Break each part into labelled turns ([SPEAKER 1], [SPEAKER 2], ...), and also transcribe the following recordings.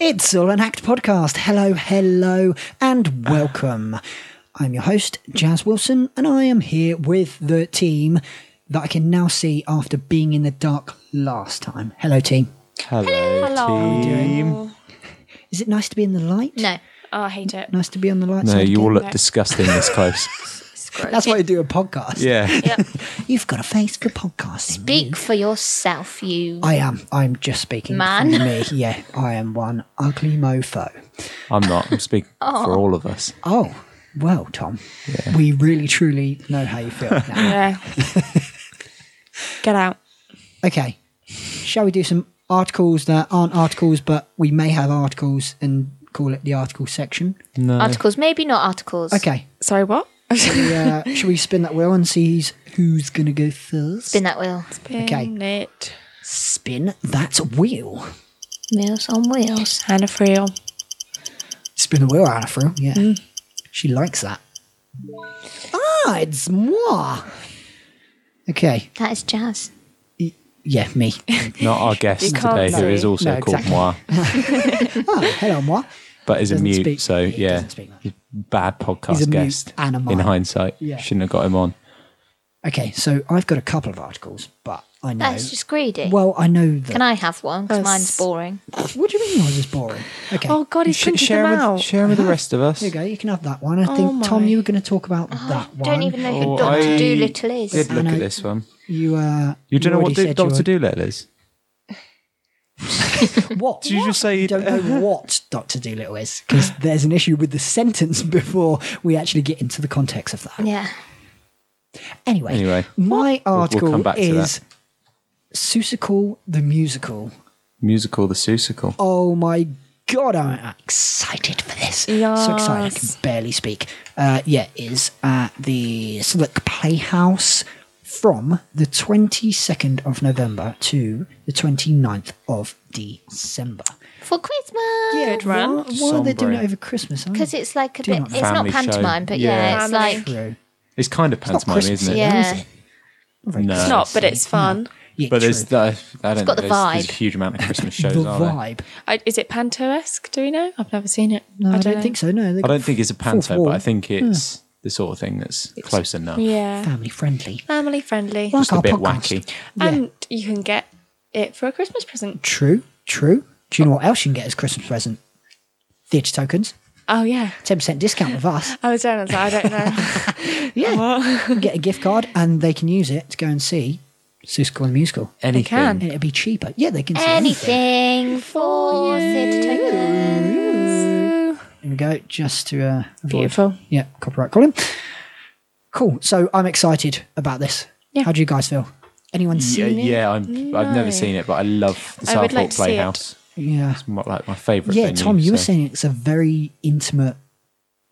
[SPEAKER 1] It's All an Act podcast. Hello, hello, and welcome. I'm your host, Jazz Wilson, and I am here with the team that I can now see after being in the dark last time. Hello, team.
[SPEAKER 2] Hello, team.
[SPEAKER 1] Is it nice to be in the light?
[SPEAKER 3] No. Oh, I hate it.
[SPEAKER 1] Nice to be on the light
[SPEAKER 2] No,
[SPEAKER 1] side.
[SPEAKER 2] you all
[SPEAKER 1] again?
[SPEAKER 2] look disgusting this close.
[SPEAKER 3] It's gross.
[SPEAKER 1] That's why you do a podcast.
[SPEAKER 2] yeah.
[SPEAKER 3] Yep.
[SPEAKER 1] You've got a face for podcasting.
[SPEAKER 3] Speak for yourself, you.
[SPEAKER 1] I am. I'm just speaking
[SPEAKER 3] Man.
[SPEAKER 1] for me. Yeah, I am one ugly mofo.
[SPEAKER 2] I'm not. I'm speaking for all of us.
[SPEAKER 1] Oh, well, Tom, we really truly know how you feel now.
[SPEAKER 3] Yeah. Get out.
[SPEAKER 1] Okay. Shall we do some articles that aren't articles, but we may have articles and call it the article section?
[SPEAKER 2] No.
[SPEAKER 3] Articles, maybe not articles.
[SPEAKER 1] Okay.
[SPEAKER 4] Sorry, what?
[SPEAKER 1] Yeah. Shall we spin that wheel and see who's, who's going to go first?
[SPEAKER 3] Spin that wheel.
[SPEAKER 1] Okay.
[SPEAKER 4] Spin it.
[SPEAKER 1] Spin that wheel.
[SPEAKER 3] Wheels on wheels.
[SPEAKER 4] Hannah Friel.
[SPEAKER 1] Spin the wheel, Anna Frill. Yeah.
[SPEAKER 3] Mm.
[SPEAKER 1] She likes that. Ah, it's moi. Okay.
[SPEAKER 3] That is jazz.
[SPEAKER 1] Yeah, me.
[SPEAKER 2] Not our guest
[SPEAKER 4] You can't
[SPEAKER 2] today, who
[SPEAKER 4] see.
[SPEAKER 2] is also
[SPEAKER 1] No,
[SPEAKER 2] called
[SPEAKER 1] exactly.
[SPEAKER 2] Moi,
[SPEAKER 1] oh, hello, moi.
[SPEAKER 2] but is a
[SPEAKER 1] Doesn't
[SPEAKER 2] mute.
[SPEAKER 1] speak.
[SPEAKER 2] So,
[SPEAKER 1] He
[SPEAKER 2] yeah.
[SPEAKER 1] doesn't speak much.
[SPEAKER 2] Bad podcast
[SPEAKER 1] He's a mute
[SPEAKER 2] guest
[SPEAKER 1] and a mime.
[SPEAKER 2] in hindsight.
[SPEAKER 1] Yeah.
[SPEAKER 2] Shouldn't have got him on.
[SPEAKER 1] Okay, so I've got a couple of articles, but I know.
[SPEAKER 3] That's just greedy.
[SPEAKER 1] well, I know that.
[SPEAKER 3] Can I have one? Because
[SPEAKER 4] Us.
[SPEAKER 3] mine's boring.
[SPEAKER 1] What do you mean yours is boring? Okay.
[SPEAKER 4] Oh God, he's printed
[SPEAKER 2] share,
[SPEAKER 4] them
[SPEAKER 2] him
[SPEAKER 4] out.
[SPEAKER 2] with, share him with the rest of us.
[SPEAKER 1] There you go. You can have that one. I think Tom,
[SPEAKER 4] my.
[SPEAKER 1] you were going to talk about that one.
[SPEAKER 3] Oh Don't even know who
[SPEAKER 2] Oh,
[SPEAKER 3] Doctor
[SPEAKER 2] I
[SPEAKER 3] Doolittle is.
[SPEAKER 2] did look
[SPEAKER 1] I know.
[SPEAKER 2] at this one.
[SPEAKER 1] You uh,
[SPEAKER 2] You don't know what
[SPEAKER 1] already
[SPEAKER 2] do,
[SPEAKER 1] said you
[SPEAKER 2] Doctor Doolittle is?
[SPEAKER 1] were- What?
[SPEAKER 2] Did you just say uh,
[SPEAKER 1] You
[SPEAKER 2] you
[SPEAKER 1] don't know what Doctor Doolittle is because there's an issue with the sentence before we actually get into the context of that.
[SPEAKER 3] Yeah.
[SPEAKER 1] Anyway,
[SPEAKER 2] Anyway.
[SPEAKER 1] my article
[SPEAKER 2] come back to
[SPEAKER 1] is Susical the musical.
[SPEAKER 2] musical the Susical?
[SPEAKER 1] Oh my god, I'm excited for this. So excited, I can barely speak. Uh, yeah, it is at the Slick Playhouse from the 22nd of November to the 29th of December.
[SPEAKER 3] For Christmas.
[SPEAKER 1] Yeah,
[SPEAKER 4] Good run.
[SPEAKER 1] Why, why are they doing
[SPEAKER 2] Sombre.
[SPEAKER 1] it over Christmas? Oh, aren't
[SPEAKER 3] Because
[SPEAKER 1] they?
[SPEAKER 3] it's like a
[SPEAKER 1] Do you
[SPEAKER 3] bit.
[SPEAKER 1] not
[SPEAKER 3] It's not
[SPEAKER 2] Family show.
[SPEAKER 3] pantomime, but yeah,
[SPEAKER 2] Yeah.
[SPEAKER 3] it's
[SPEAKER 4] Family.
[SPEAKER 3] like.
[SPEAKER 1] true.
[SPEAKER 2] It's kind of
[SPEAKER 1] It's not
[SPEAKER 2] pantomime,
[SPEAKER 1] Christmas,
[SPEAKER 2] isn't it?
[SPEAKER 3] Yeah.
[SPEAKER 1] is it? Not very
[SPEAKER 2] No.
[SPEAKER 1] Christmas.
[SPEAKER 2] It's
[SPEAKER 4] Not, but it's fun.
[SPEAKER 1] Yeah,
[SPEAKER 2] But there's,
[SPEAKER 1] true.
[SPEAKER 2] the, I don't know,
[SPEAKER 3] got the
[SPEAKER 2] there's, there's a
[SPEAKER 3] vibe.
[SPEAKER 2] huge amount of Christmas shows,
[SPEAKER 1] the
[SPEAKER 2] aren't there?
[SPEAKER 1] vibe.
[SPEAKER 4] I, is it panto-esque? Do we know? I've never seen it.
[SPEAKER 1] No, I don't,
[SPEAKER 4] know.
[SPEAKER 1] think so. No,
[SPEAKER 2] I don't think it's a panto,
[SPEAKER 1] wall. Hmm.
[SPEAKER 2] but I think it's the sort of thing that's close enough.
[SPEAKER 4] Yeah.
[SPEAKER 1] family friendly.
[SPEAKER 4] Family friendly.
[SPEAKER 1] Like
[SPEAKER 2] Just a
[SPEAKER 1] our
[SPEAKER 2] bit
[SPEAKER 1] podcast.
[SPEAKER 2] wacky.
[SPEAKER 4] And you can get it for a Christmas present.
[SPEAKER 1] True, true. Do you know what else you can get as a Christmas present? Theatre tokens.
[SPEAKER 4] Oh yeah.
[SPEAKER 1] 10% discount with us.
[SPEAKER 4] I was down. I was like, I don't know.
[SPEAKER 1] Yeah. You get a gift card and they can use it to go and see Seussical and the Musical.
[SPEAKER 2] Anything.
[SPEAKER 4] can.
[SPEAKER 1] And it'll be cheaper. Yeah, they can see anything.
[SPEAKER 3] Anything for Sid
[SPEAKER 1] There we go, just to. Uh, avoid-
[SPEAKER 4] Beautiful.
[SPEAKER 1] Yeah, copyright calling. Cool. So I'm excited about this.
[SPEAKER 4] Yeah.
[SPEAKER 1] How do you guys feel? Anyone
[SPEAKER 2] Yeah,
[SPEAKER 1] seen it?
[SPEAKER 2] yeah I'm, I've never seen it, but I love the
[SPEAKER 4] I
[SPEAKER 2] Southport
[SPEAKER 4] would like to see it.
[SPEAKER 2] Playhouse.
[SPEAKER 1] Yeah.
[SPEAKER 2] It's my- like my favourite.
[SPEAKER 1] Yeah,
[SPEAKER 2] venue,
[SPEAKER 1] Tom, you were
[SPEAKER 2] so-
[SPEAKER 1] saying it's a very intimate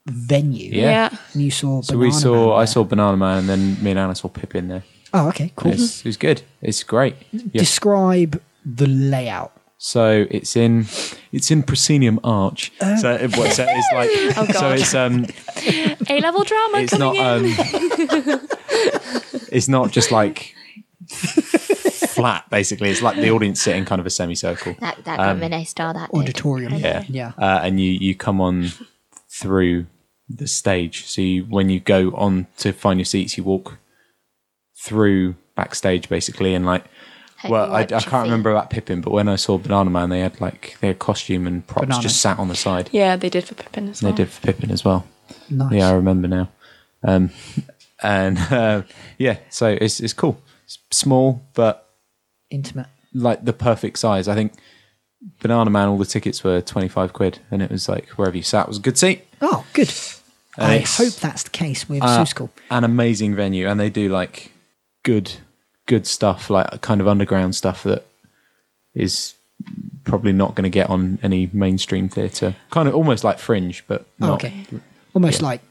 [SPEAKER 1] venue.
[SPEAKER 2] Yeah.
[SPEAKER 4] Yeah.
[SPEAKER 1] And you saw.
[SPEAKER 2] So we
[SPEAKER 1] Banana
[SPEAKER 2] saw,
[SPEAKER 1] Man
[SPEAKER 2] I
[SPEAKER 1] there.
[SPEAKER 2] saw Banana Man, and then me and Anna saw Pip in there.
[SPEAKER 1] Oh, okay, cool.
[SPEAKER 2] It's, it was good. It's great. Yeah.
[SPEAKER 1] Describe the layout.
[SPEAKER 2] So it's in, it's in proscenium arch. so,
[SPEAKER 1] Uh.
[SPEAKER 2] it, what- so it's like,
[SPEAKER 1] Oh,
[SPEAKER 2] so
[SPEAKER 4] God.
[SPEAKER 2] it's um,
[SPEAKER 4] A level drama
[SPEAKER 2] it's
[SPEAKER 4] coming
[SPEAKER 2] not um, it's not just like flat. Basically, it's like the audience sitting kind of a semicircle.
[SPEAKER 3] That that got Renee Star that did.
[SPEAKER 1] Auditorium.
[SPEAKER 2] yeah
[SPEAKER 1] Yeah.
[SPEAKER 2] uh, and you you come on through the stage so you, when you go on to find your seats you walk through backstage basically and like
[SPEAKER 3] Hope
[SPEAKER 2] well
[SPEAKER 3] you
[SPEAKER 2] I, I
[SPEAKER 3] watch your
[SPEAKER 2] can't
[SPEAKER 3] feet.
[SPEAKER 2] remember about pippin but when i saw banana man they had like their costume and props
[SPEAKER 1] Banana.
[SPEAKER 2] just sat on the side
[SPEAKER 4] Yeah, they did for Pippin as well.
[SPEAKER 2] they did for pippin as well
[SPEAKER 1] Nice.
[SPEAKER 2] yeah i remember now um and uh, yeah so it's, it's cool it's small but
[SPEAKER 1] Intimate.
[SPEAKER 2] like the perfect size. I think Banana Man, all the tickets were 25 quid, and it was like wherever you sat was a good seat.
[SPEAKER 1] Oh, good.
[SPEAKER 2] And
[SPEAKER 1] I
[SPEAKER 2] Uh, it's,
[SPEAKER 1] hope that's the case with
[SPEAKER 2] uh,
[SPEAKER 1] uh, School.
[SPEAKER 2] An amazing venue, and they do like good, good stuff, like kind of underground stuff that is probably not going to get on any mainstream theatre. Kind of almost like fringe, but
[SPEAKER 1] Oh,
[SPEAKER 2] not.
[SPEAKER 1] okay. Almost like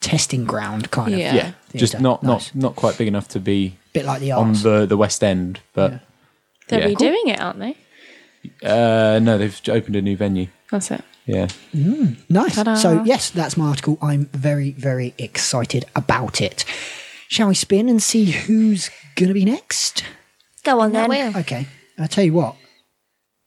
[SPEAKER 1] testing ground kind
[SPEAKER 4] Yeah.
[SPEAKER 1] of.
[SPEAKER 2] Yeah, just
[SPEAKER 1] Theatre.
[SPEAKER 2] not
[SPEAKER 1] Nice.
[SPEAKER 2] not not quite big enough to be
[SPEAKER 1] Bit like the
[SPEAKER 2] on
[SPEAKER 1] arts.
[SPEAKER 2] the the West End, but
[SPEAKER 4] They're
[SPEAKER 2] Yeah.
[SPEAKER 4] redoing it, aren't they?
[SPEAKER 2] uh, no, they've opened a new venue.
[SPEAKER 4] That's it.
[SPEAKER 2] Yeah,
[SPEAKER 1] nice.
[SPEAKER 4] Ta-da.
[SPEAKER 1] So yes, that's my article. I'm very, very excited about it. Shall we spin and see who's gonna be next?
[SPEAKER 3] Go on then.
[SPEAKER 1] Okay. I tell you what.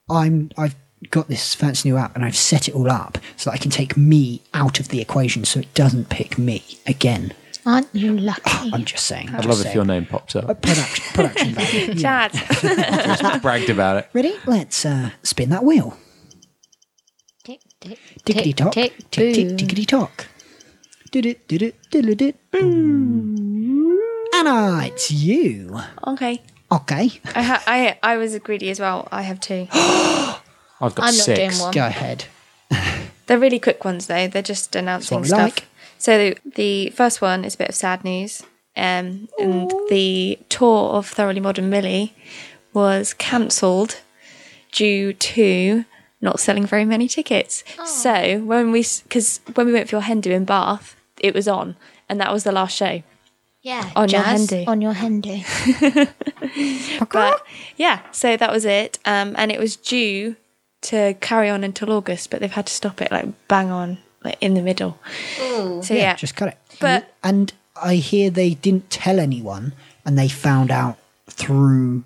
[SPEAKER 1] I'm I've got this fancy new app and I've set it all up so that I can take me out of the equation so it doesn't pick me again.
[SPEAKER 3] Aren't you lucky?
[SPEAKER 1] I'm just saying.
[SPEAKER 2] I'd love if your name pops up.
[SPEAKER 1] production, production value. yeah.
[SPEAKER 4] Chad.
[SPEAKER 2] Just bragged about it.
[SPEAKER 1] Ready? Let's uh, spin that wheel.
[SPEAKER 3] tick, tick,
[SPEAKER 1] Tickety
[SPEAKER 3] tick,
[SPEAKER 1] tock. Tick
[SPEAKER 3] tick,
[SPEAKER 1] tick
[SPEAKER 3] boom.
[SPEAKER 1] tickety tock. Did it, did it, did it, Anna, it's you.
[SPEAKER 4] okay.
[SPEAKER 1] Okay,
[SPEAKER 4] I, ha- I I was greedy as well. I have two.
[SPEAKER 2] I've got
[SPEAKER 3] I'm not
[SPEAKER 2] six.
[SPEAKER 3] doing one.
[SPEAKER 1] go ahead.
[SPEAKER 4] They're really quick ones though. They're just announcing
[SPEAKER 1] we
[SPEAKER 4] stuff.
[SPEAKER 1] like.
[SPEAKER 4] So the first one is a bit of sad news. Um, and the tour of Thoroughly Modern Millie was cancelled due to not selling very many tickets. So when we because when we went for your Hendu in Bath, it was on, and that was the last show.
[SPEAKER 3] Yeah,
[SPEAKER 4] On your
[SPEAKER 3] Jazz,
[SPEAKER 4] handy.
[SPEAKER 3] On your handy.
[SPEAKER 4] But yeah, so that was it. Um, and it was due to carry on until August, but they've had to stop it like bang on like in the middle. So yeah,
[SPEAKER 1] Just cut it.
[SPEAKER 4] But-
[SPEAKER 1] and I hear they didn't tell anyone, and they found out through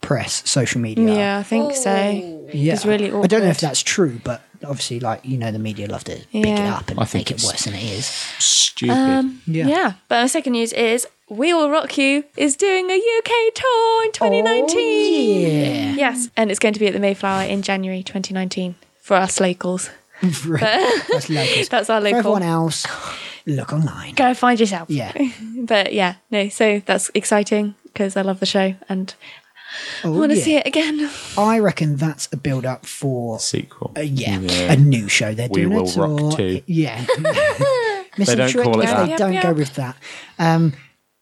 [SPEAKER 1] press, social media.
[SPEAKER 4] Yeah, I think so.
[SPEAKER 1] yeah.
[SPEAKER 4] It's really awkward.
[SPEAKER 1] I don't know if that's true, but obviously, like you know, the media love to pick it
[SPEAKER 4] Yeah.
[SPEAKER 1] up and
[SPEAKER 2] I think
[SPEAKER 1] make it
[SPEAKER 2] it's-
[SPEAKER 1] worse than it is.
[SPEAKER 2] Stupid.
[SPEAKER 1] Yeah.
[SPEAKER 4] Yeah. But our second news is We Will Rock You is doing a UK tour in 2019.
[SPEAKER 1] Yeah,
[SPEAKER 4] Yes, and it's going to be at the Mayflower in January 2019 for us locals.
[SPEAKER 1] that's locals.
[SPEAKER 4] That's our
[SPEAKER 1] For everyone
[SPEAKER 4] local.
[SPEAKER 1] else, look online.
[SPEAKER 4] Go find yourself.
[SPEAKER 1] Yeah.
[SPEAKER 4] But yeah, no, so that's exciting because I love the show and
[SPEAKER 1] Oh,
[SPEAKER 4] I want to
[SPEAKER 1] yeah.
[SPEAKER 4] see it again.
[SPEAKER 1] I reckon that's a build up for
[SPEAKER 2] Sequel.
[SPEAKER 1] uh, yeah, a new show they're
[SPEAKER 2] We
[SPEAKER 1] doing.
[SPEAKER 2] Will
[SPEAKER 1] a tour.
[SPEAKER 2] Rock too.
[SPEAKER 1] Yeah. Missing
[SPEAKER 2] don't
[SPEAKER 1] trick
[SPEAKER 2] call it
[SPEAKER 1] if
[SPEAKER 2] that.
[SPEAKER 1] they
[SPEAKER 4] Yep,
[SPEAKER 1] don't go
[SPEAKER 4] yep.
[SPEAKER 1] with that. Um,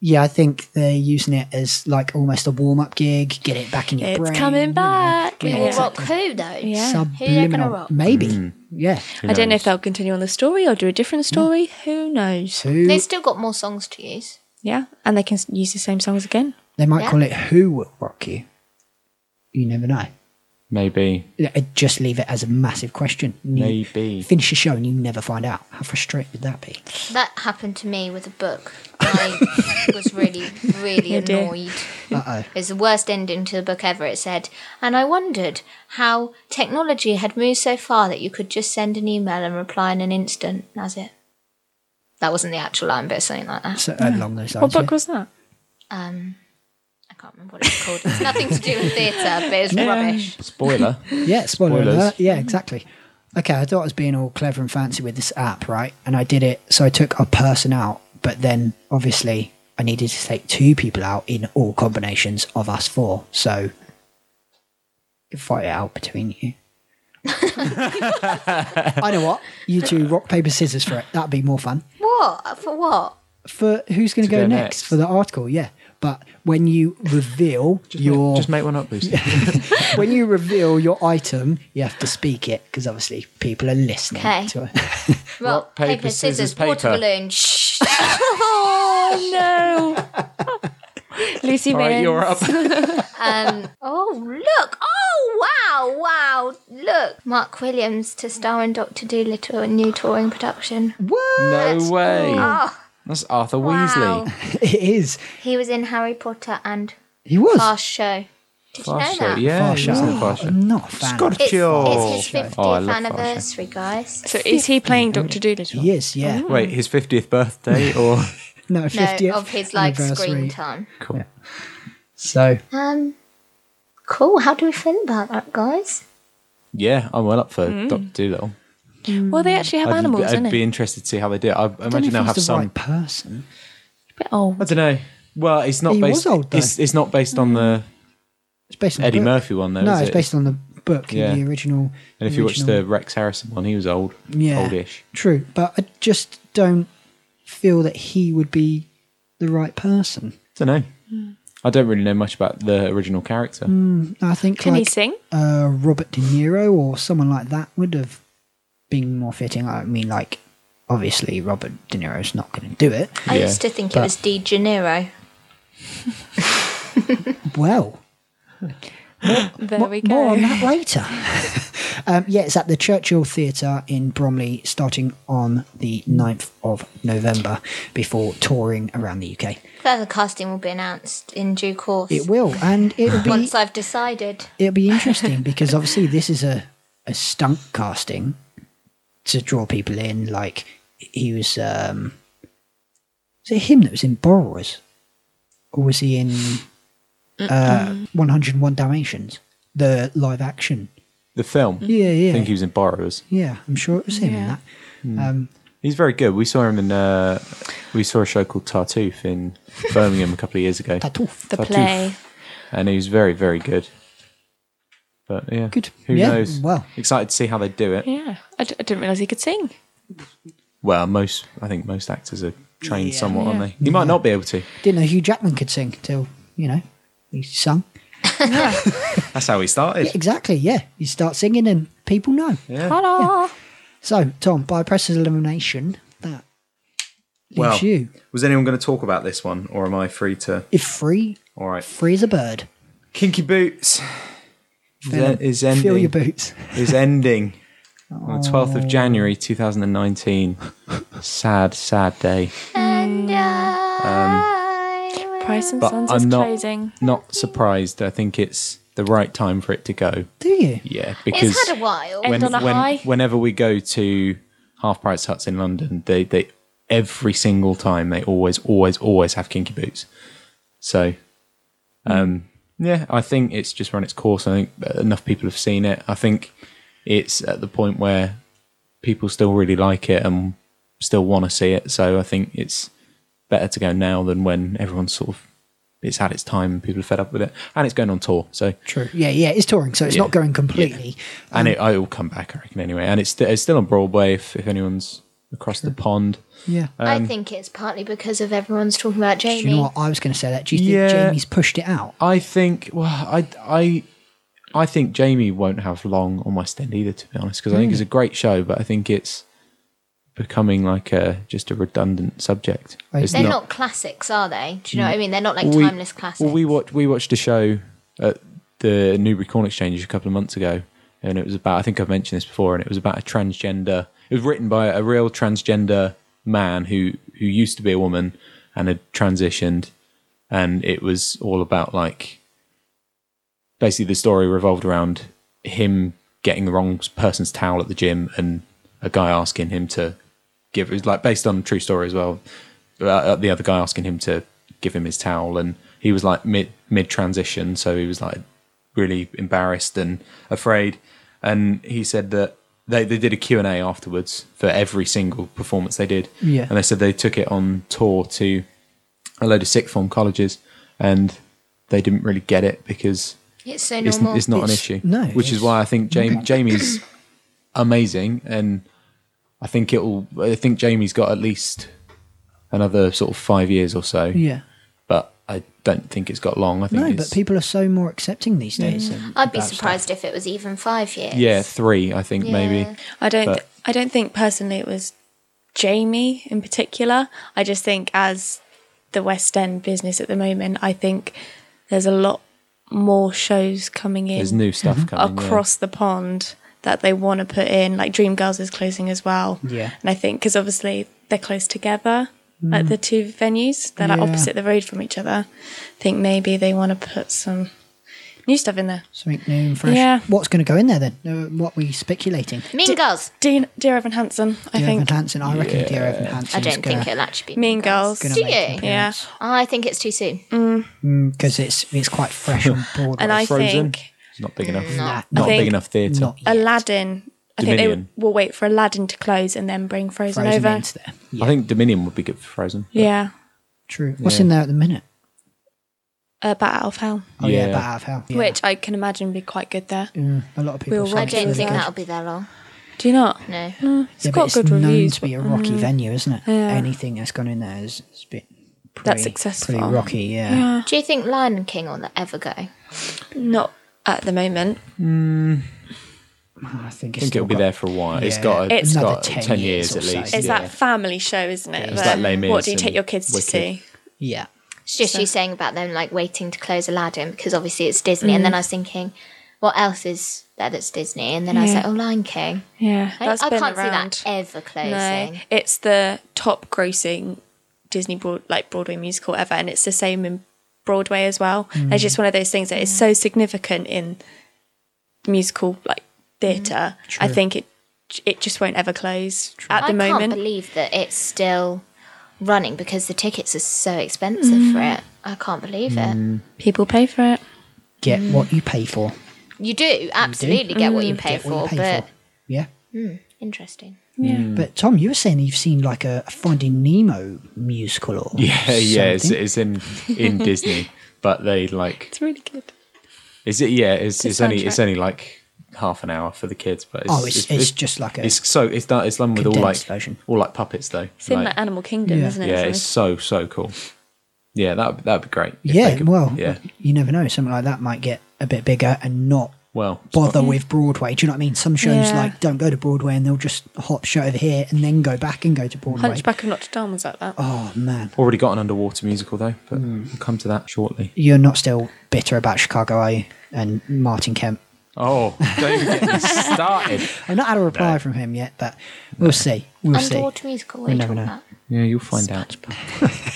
[SPEAKER 1] yeah, I think they're using it as like almost a warm up gig. Get it back in your
[SPEAKER 4] It's
[SPEAKER 1] brain.
[SPEAKER 4] coming
[SPEAKER 1] you know,
[SPEAKER 4] back.
[SPEAKER 1] get
[SPEAKER 3] Or
[SPEAKER 1] it
[SPEAKER 3] rock who though?
[SPEAKER 4] Yeah.
[SPEAKER 3] Who they're gonna
[SPEAKER 1] Subliminal.
[SPEAKER 3] rock?
[SPEAKER 1] Maybe.
[SPEAKER 2] Hmm.
[SPEAKER 1] Yeah.
[SPEAKER 4] I don't know if they'll continue on the story or do a different story. Who knows?
[SPEAKER 1] Who
[SPEAKER 3] They still got more songs to use.
[SPEAKER 4] Yeah, and they can s- use the same songs again.
[SPEAKER 1] they might
[SPEAKER 3] Yeah.
[SPEAKER 1] call it Who Will Rock You. You never know.
[SPEAKER 2] Maybe.
[SPEAKER 1] Yeah, I'd Just leave it as a massive question. You
[SPEAKER 2] Maybe.
[SPEAKER 1] Finish the show and you never find out. How frustrating would that be?
[SPEAKER 3] That happened to me with a book. I was really, really
[SPEAKER 4] Oh dear.
[SPEAKER 3] annoyed.
[SPEAKER 1] Uh oh.
[SPEAKER 3] It's the worst ending to the book ever, it said. And I wondered how technology had moved so far that you could just send an email and reply in an instant. That's it. That wasn't the actual line, but it's something like that.
[SPEAKER 1] So along those lines.
[SPEAKER 4] What
[SPEAKER 1] yeah.
[SPEAKER 4] book was that?
[SPEAKER 3] Um, I can't remember what it's called. It's nothing to do with theatre, but it's rubbish.
[SPEAKER 2] Spoiler.
[SPEAKER 1] Yeah, spoiler
[SPEAKER 2] Spoilers.
[SPEAKER 1] alert. Yeah, exactly. Okay, I thought I was being all clever and fancy with this app, right? And I did it. So I took a person out, but then obviously I needed to take two people out in all combinations of us four. So you fight it out between you. I know what. You two rock, paper, scissors for it. That'd be more fun.
[SPEAKER 3] What? For what?
[SPEAKER 1] For who's going to go,
[SPEAKER 2] go
[SPEAKER 1] next,
[SPEAKER 2] next.
[SPEAKER 1] for the article? Yeah. But when you reveal your
[SPEAKER 2] Just make one up, Lucy.
[SPEAKER 1] when you reveal your item, you have to speak it because obviously people are listening
[SPEAKER 3] Okay.
[SPEAKER 1] to it.
[SPEAKER 3] Rock, paper, scissors, water
[SPEAKER 2] paper.
[SPEAKER 3] balloon. Shh.
[SPEAKER 4] Oh, No. Lucy
[SPEAKER 2] All right,
[SPEAKER 4] wins.
[SPEAKER 2] you're up.
[SPEAKER 3] Um, oh, look. Oh, wow. Wow. Look. Mark Williams to star in Doctor Dolittle, a new touring production.
[SPEAKER 1] what?
[SPEAKER 2] No way.
[SPEAKER 3] Oh,
[SPEAKER 2] That's Arthur
[SPEAKER 3] wow.
[SPEAKER 2] Weasley.
[SPEAKER 1] It is.
[SPEAKER 3] He was in Harry Potter and
[SPEAKER 1] He was.
[SPEAKER 3] Fast Show. Did
[SPEAKER 2] Far
[SPEAKER 3] you know that?
[SPEAKER 2] Show. Yeah,
[SPEAKER 1] Far
[SPEAKER 2] he was in
[SPEAKER 1] Show.
[SPEAKER 2] Far Show.
[SPEAKER 1] I'm not a fan. of
[SPEAKER 2] Scottish.
[SPEAKER 1] it.
[SPEAKER 3] It's,
[SPEAKER 2] Sure.
[SPEAKER 3] it's his 50th
[SPEAKER 2] Oh, I love Far Show.
[SPEAKER 3] anniversary, guys.
[SPEAKER 4] So is he playing Doctor Doolittle?
[SPEAKER 1] He is, yeah.
[SPEAKER 4] Oh.
[SPEAKER 2] Wait, his 50th birthday or
[SPEAKER 1] No, 50th
[SPEAKER 3] No, of his like screen
[SPEAKER 1] anniversary.
[SPEAKER 3] time.
[SPEAKER 2] cool.
[SPEAKER 1] So,
[SPEAKER 3] Um, cool. How do we feel about that, guys?
[SPEAKER 2] Yeah, I'm well up for Doctor Doolittle.
[SPEAKER 4] Well, they actually have
[SPEAKER 2] I'd,
[SPEAKER 4] Mm. animals,
[SPEAKER 2] I'd
[SPEAKER 4] isn't
[SPEAKER 2] be
[SPEAKER 4] it?
[SPEAKER 2] interested to see how they do it. I imagine
[SPEAKER 1] I don't know
[SPEAKER 2] they'll
[SPEAKER 1] if he's
[SPEAKER 2] have
[SPEAKER 1] the
[SPEAKER 2] some.
[SPEAKER 1] right person.
[SPEAKER 4] Bit old.
[SPEAKER 2] I don't know. Well, it's not
[SPEAKER 1] He was
[SPEAKER 2] based.
[SPEAKER 1] old, though.
[SPEAKER 2] it's, it's not based on the
[SPEAKER 1] It's based on the
[SPEAKER 2] Eddie
[SPEAKER 1] book.
[SPEAKER 2] Murphy one though.
[SPEAKER 1] No,
[SPEAKER 2] is
[SPEAKER 1] it's
[SPEAKER 2] it?
[SPEAKER 1] based on the book,
[SPEAKER 2] Yeah.
[SPEAKER 1] the original.
[SPEAKER 2] And if you watch
[SPEAKER 1] original-
[SPEAKER 2] the Rex Harrison one, he was old,
[SPEAKER 1] yeah,
[SPEAKER 2] oldish.
[SPEAKER 1] True, but I just don't feel that he would be the right person.
[SPEAKER 2] I don't know.
[SPEAKER 4] Mm.
[SPEAKER 2] I don't really know much about the original character.
[SPEAKER 1] I think
[SPEAKER 4] Can
[SPEAKER 1] like,
[SPEAKER 4] he sing?
[SPEAKER 1] uh, Robert De Niro or someone like that would have been more fitting. I mean, like, obviously, Robert De Niro's not going to do it.
[SPEAKER 3] I
[SPEAKER 2] Yeah.
[SPEAKER 3] used to think it
[SPEAKER 1] But-
[SPEAKER 3] was De Janeiro.
[SPEAKER 1] Well,
[SPEAKER 4] There
[SPEAKER 1] mo-
[SPEAKER 4] we
[SPEAKER 1] more on
[SPEAKER 4] go.
[SPEAKER 1] that later. um, yeah, it's at the Churchill Theatre in Bromley starting on the 9th of November before touring around the UK.
[SPEAKER 3] Further casting will be announced in due course
[SPEAKER 1] It will, and it'll be,
[SPEAKER 3] once I've decided.
[SPEAKER 1] it'll be interesting because obviously this is a, a stunt casting to draw people in. Like he was, um, was it him that was in Borrowers, or was he in uh, 101 Dalmatians, the live action?
[SPEAKER 2] The film.
[SPEAKER 1] Yeah, yeah,
[SPEAKER 2] I think he was in Borrowers.
[SPEAKER 1] yeah. I'm sure it was him in
[SPEAKER 4] Yeah.
[SPEAKER 1] that. Um,
[SPEAKER 2] He's very good. We saw him in. Uh, we saw a show called Tartuffe in Birmingham a couple of years ago,
[SPEAKER 1] Tatoof.
[SPEAKER 4] The
[SPEAKER 2] Tartuffe.
[SPEAKER 4] play.
[SPEAKER 2] and he was very, very good. But yeah,
[SPEAKER 1] Good.
[SPEAKER 2] Who
[SPEAKER 1] Yeah,
[SPEAKER 2] knows?
[SPEAKER 1] well.
[SPEAKER 2] excited to see how they do it.
[SPEAKER 4] Yeah. I, d- I didn't realise he could sing.
[SPEAKER 2] Well, most I think most actors are trained
[SPEAKER 1] Yeah.
[SPEAKER 2] somewhat, aren't
[SPEAKER 4] Yeah.
[SPEAKER 2] they? He might not be able to.
[SPEAKER 1] Didn't know Hugh Jackman could sing till you know he sung.
[SPEAKER 2] That's how he started.
[SPEAKER 1] Yeah, exactly. Yeah, you start singing and people know.
[SPEAKER 2] Yeah.
[SPEAKER 4] Hello.
[SPEAKER 1] So, Tom, by process of elimination, that leaves
[SPEAKER 2] Well,
[SPEAKER 1] you.
[SPEAKER 2] was anyone going to talk about this one, or am I free to?
[SPEAKER 1] If free,
[SPEAKER 2] All right,
[SPEAKER 1] free as a bird.
[SPEAKER 2] Kinky Boots is en- is ending.
[SPEAKER 1] Feel your boots.
[SPEAKER 2] is ending on the twelfth of January two thousand and nineteen. sad, sad day.
[SPEAKER 3] And I will-
[SPEAKER 4] Price and
[SPEAKER 2] But
[SPEAKER 4] Sons
[SPEAKER 2] I'm
[SPEAKER 4] is
[SPEAKER 2] not
[SPEAKER 4] closing.
[SPEAKER 2] not surprised. I think it's the right time for it to go.
[SPEAKER 1] Do you?
[SPEAKER 2] Yeah, because
[SPEAKER 3] It's had a while.
[SPEAKER 4] End on a high.
[SPEAKER 2] whenever we go to half price huts in London, they, they every single time they always, always, always have kinky boots. So, um, yeah, I think it's just run its course. I think enough people have seen it. I think it's at the point where people still really like it and still want to see it. So I think it's better to go now than when everyone's sort of it's had its time and people are fed up with it, and it's going on tour. So
[SPEAKER 1] True. Yeah, yeah. It's touring, so it's
[SPEAKER 2] Yeah.
[SPEAKER 1] not going completely.
[SPEAKER 2] and it, it will come back, I reckon, anyway. And it's, st- it's still on Broadway if, if anyone's across the pond.
[SPEAKER 1] Yeah.
[SPEAKER 3] I think it's partly because of everyone's talking about
[SPEAKER 1] Do
[SPEAKER 3] Uh, Jamie.
[SPEAKER 1] you know what? I was going to say that. Do you think
[SPEAKER 2] Yeah.
[SPEAKER 1] Jamie's pushed it out?
[SPEAKER 2] I think, well, I, I, I think Jamie won't have long on my stand either, to be honest, because I think it's a great show, but I think it's becoming like a just a redundant subject.
[SPEAKER 1] Right.
[SPEAKER 2] It's
[SPEAKER 3] They're not, classics, are they? Do you know what I mean? They're not like
[SPEAKER 2] we-
[SPEAKER 3] timeless classics.
[SPEAKER 2] Well, we watched we watched a show at the Newbury Corn Exchange a couple of months ago, and it was about I think I've mentioned this before, and it was about a transgender. It was written by a real transgender man who who used to be a woman and had transitioned, and it was all about like basically the story revolved around him getting the wrong person's towel at the gym and a guy asking him to give it was like based on a true story as well uh, the other guy asking him to give him his towel and he was like mid mid transition so he was like really embarrassed and afraid and he said that they, they did a q&a afterwards for every single performance they did
[SPEAKER 1] Yeah.
[SPEAKER 2] and they said they took it on tour to a load of sixth form colleges and they didn't really get it because
[SPEAKER 3] it's so
[SPEAKER 2] it's,
[SPEAKER 3] normal.
[SPEAKER 2] it's not an
[SPEAKER 1] It's-
[SPEAKER 2] issue.
[SPEAKER 1] no,
[SPEAKER 2] which is
[SPEAKER 1] it's-
[SPEAKER 2] why I think Jamie, Jamie's amazing, and I think it'll. I think Jamie's got at least another sort of five years or so.
[SPEAKER 1] Yeah.
[SPEAKER 2] but I don't think it's got long. I think
[SPEAKER 1] No,
[SPEAKER 2] it's,
[SPEAKER 1] but people are so more accepting these days.
[SPEAKER 3] I'd be surprised if it was even five years.
[SPEAKER 2] Yeah, three. I think
[SPEAKER 3] Yeah.
[SPEAKER 2] maybe.
[SPEAKER 4] I don't.
[SPEAKER 2] But-
[SPEAKER 4] th- I don't think personally it was Jamie in particular. I just think as the West End business at the moment, I think there's a lot more shows coming in
[SPEAKER 2] There's new
[SPEAKER 1] Mm-hmm.
[SPEAKER 2] stuff coming. yeah.
[SPEAKER 4] across the pond that they want to put in. Like Dreamgirls is closing as well.
[SPEAKER 1] Yeah.
[SPEAKER 4] And I think because obviously they're close together at the two venues, they're like
[SPEAKER 1] Mm. Yeah.
[SPEAKER 4] opposite the road from each other. I think maybe they want to put some new stuff in there.
[SPEAKER 1] Something new and fresh.
[SPEAKER 4] Yeah.
[SPEAKER 1] What's going to go in there then? Uh, what we speculating?
[SPEAKER 3] Mean Girls.
[SPEAKER 4] Dean, dear Evan Hansen, I
[SPEAKER 1] Dear Evan
[SPEAKER 4] think.
[SPEAKER 1] Hansen. I reckon Dear Evan Hansen.
[SPEAKER 3] I don't think it'll actually be
[SPEAKER 4] Mean Girls.
[SPEAKER 1] Gonna
[SPEAKER 3] Do
[SPEAKER 1] make an
[SPEAKER 3] you?
[SPEAKER 4] Yeah.
[SPEAKER 1] appearance.
[SPEAKER 3] I think it's too soon.
[SPEAKER 1] because it's it's quite fresh on board.
[SPEAKER 4] And I
[SPEAKER 2] Frozen.
[SPEAKER 4] think Mm,
[SPEAKER 2] It's not big enough.
[SPEAKER 1] Not
[SPEAKER 2] Not
[SPEAKER 4] think-
[SPEAKER 2] big enough theatre.
[SPEAKER 1] not yet.
[SPEAKER 4] Aladdin. I think they
[SPEAKER 2] Dominion.
[SPEAKER 4] w- will wait for Aladdin to close and then bring Frozen,
[SPEAKER 1] Frozen
[SPEAKER 4] over.
[SPEAKER 1] ends there.
[SPEAKER 2] I think Dominion would be good for Frozen.
[SPEAKER 4] Yeah.
[SPEAKER 1] True. What's
[SPEAKER 2] Yeah.
[SPEAKER 1] in there at the minute?
[SPEAKER 4] Uh, Bat Out of Hell,
[SPEAKER 1] Oh yeah,
[SPEAKER 2] Yeah.
[SPEAKER 1] Bat Out of Hell. Yeah.
[SPEAKER 4] which I can imagine be quite good there.
[SPEAKER 1] Yeah, a lot of people.
[SPEAKER 4] We'll
[SPEAKER 1] say
[SPEAKER 4] watch
[SPEAKER 3] I
[SPEAKER 1] it's
[SPEAKER 4] it
[SPEAKER 3] don't
[SPEAKER 1] really
[SPEAKER 3] think
[SPEAKER 1] good.
[SPEAKER 3] that'll be that long.
[SPEAKER 4] Do you not?
[SPEAKER 3] No.
[SPEAKER 4] No, it's
[SPEAKER 1] Yeah, but
[SPEAKER 4] got
[SPEAKER 1] it's
[SPEAKER 4] good
[SPEAKER 1] known
[SPEAKER 4] reviews.
[SPEAKER 1] to be a
[SPEAKER 4] but- mm.
[SPEAKER 1] rocky venue, isn't it?
[SPEAKER 4] Yeah.
[SPEAKER 1] Anything that's gone in there is it's a bit pretty,
[SPEAKER 4] That's successful.
[SPEAKER 1] Pretty rocky, yeah.
[SPEAKER 4] Yeah.
[SPEAKER 3] Do you think Lion King will ever go?
[SPEAKER 4] Not at the moment.
[SPEAKER 1] I think,
[SPEAKER 2] I
[SPEAKER 1] it's
[SPEAKER 2] think
[SPEAKER 1] still
[SPEAKER 2] it'll be
[SPEAKER 1] got-
[SPEAKER 2] there for a while. It's
[SPEAKER 1] Yeah.
[SPEAKER 2] got a,
[SPEAKER 4] It's-
[SPEAKER 2] it's
[SPEAKER 1] Another
[SPEAKER 2] got
[SPEAKER 1] 10
[SPEAKER 2] ten,
[SPEAKER 1] years
[SPEAKER 2] years,
[SPEAKER 1] or
[SPEAKER 2] at
[SPEAKER 1] so.
[SPEAKER 2] least.
[SPEAKER 4] It's
[SPEAKER 2] yeah.
[SPEAKER 4] that family show, isn't it?
[SPEAKER 2] It's
[SPEAKER 4] That
[SPEAKER 2] like Les Mis
[SPEAKER 4] what do you
[SPEAKER 2] and
[SPEAKER 4] take your kids to
[SPEAKER 2] Wicked.
[SPEAKER 4] see?
[SPEAKER 1] Yeah.
[SPEAKER 3] It's just you saying about them like waiting to close Aladdin because obviously it's Disney. And then I was thinking, what else is there that's Disney? And then I was
[SPEAKER 4] Yeah.
[SPEAKER 3] like, oh, Lion King.
[SPEAKER 4] Yeah,
[SPEAKER 3] I,
[SPEAKER 4] that's
[SPEAKER 3] I
[SPEAKER 4] been
[SPEAKER 3] can't
[SPEAKER 4] around.
[SPEAKER 3] see that ever closing.
[SPEAKER 4] No, it's the top grossing Disney broad, like Broadway musical ever, and it's the same in Broadway
[SPEAKER 2] Mm.
[SPEAKER 3] Mm.
[SPEAKER 4] as well. It's just one of those things that is so significant in musical like theatre. I think it it just won't ever close at the
[SPEAKER 3] Mm. I
[SPEAKER 4] moment.
[SPEAKER 3] can't believe that it's still running because the tickets are so expensive for it. I can't believe it.
[SPEAKER 4] People pay for it.
[SPEAKER 1] Get
[SPEAKER 4] Mm.
[SPEAKER 1] what you pay for.
[SPEAKER 3] You do absolutely get what you pay
[SPEAKER 1] Mm. Get what
[SPEAKER 3] for,
[SPEAKER 1] you pay
[SPEAKER 3] but
[SPEAKER 1] for. Yeah.
[SPEAKER 3] interesting.
[SPEAKER 2] Mm.
[SPEAKER 1] But Tom, you were saying you've seen like a Finding Nemo musical or
[SPEAKER 2] Yeah, yeah, it's,
[SPEAKER 1] something.
[SPEAKER 2] it's in in Disney, but they like
[SPEAKER 4] It's really good.
[SPEAKER 2] is it? Yeah, it's
[SPEAKER 4] Good
[SPEAKER 2] it's only
[SPEAKER 4] soundtrack.
[SPEAKER 2] it's only like half an hour for the kids, but it's,
[SPEAKER 1] Oh, it's- it's just like a
[SPEAKER 2] it's so it's done it's done with all like
[SPEAKER 1] condensed version.
[SPEAKER 2] all like puppets though.
[SPEAKER 4] It's in
[SPEAKER 2] like-
[SPEAKER 4] like, Animal Kingdom,
[SPEAKER 1] Yeah.
[SPEAKER 4] isn't it?
[SPEAKER 2] yeah,
[SPEAKER 4] Something.
[SPEAKER 2] it's so so cool. Yeah, that that'd be great. if
[SPEAKER 1] yeah.
[SPEAKER 2] they could-
[SPEAKER 1] well,
[SPEAKER 2] yeah,
[SPEAKER 1] you never know. Something like that might get a bit bigger and not
[SPEAKER 2] well,
[SPEAKER 1] bother with Broadway. Do you know what I mean? Some shows
[SPEAKER 4] Yeah.
[SPEAKER 1] like don't go to Broadway and they'll just hop straight over here and then go back and go to Broadway.
[SPEAKER 4] Hunchback of Notre Dame was like that.
[SPEAKER 1] Oh man,
[SPEAKER 2] already got an underwater musical though, but
[SPEAKER 1] Hmm.
[SPEAKER 2] we'll come to that shortly.
[SPEAKER 1] you're not still bitter about Chicago, are you? And Martin Kemp.
[SPEAKER 2] Oh, don't even get me started.
[SPEAKER 1] I've not had a reply from him yet, but we'll see. We'll
[SPEAKER 3] Underwater
[SPEAKER 1] see.
[SPEAKER 3] musical, what are
[SPEAKER 1] We
[SPEAKER 3] you
[SPEAKER 1] never
[SPEAKER 3] talking
[SPEAKER 1] know.
[SPEAKER 3] about?
[SPEAKER 2] Yeah, you'll find out.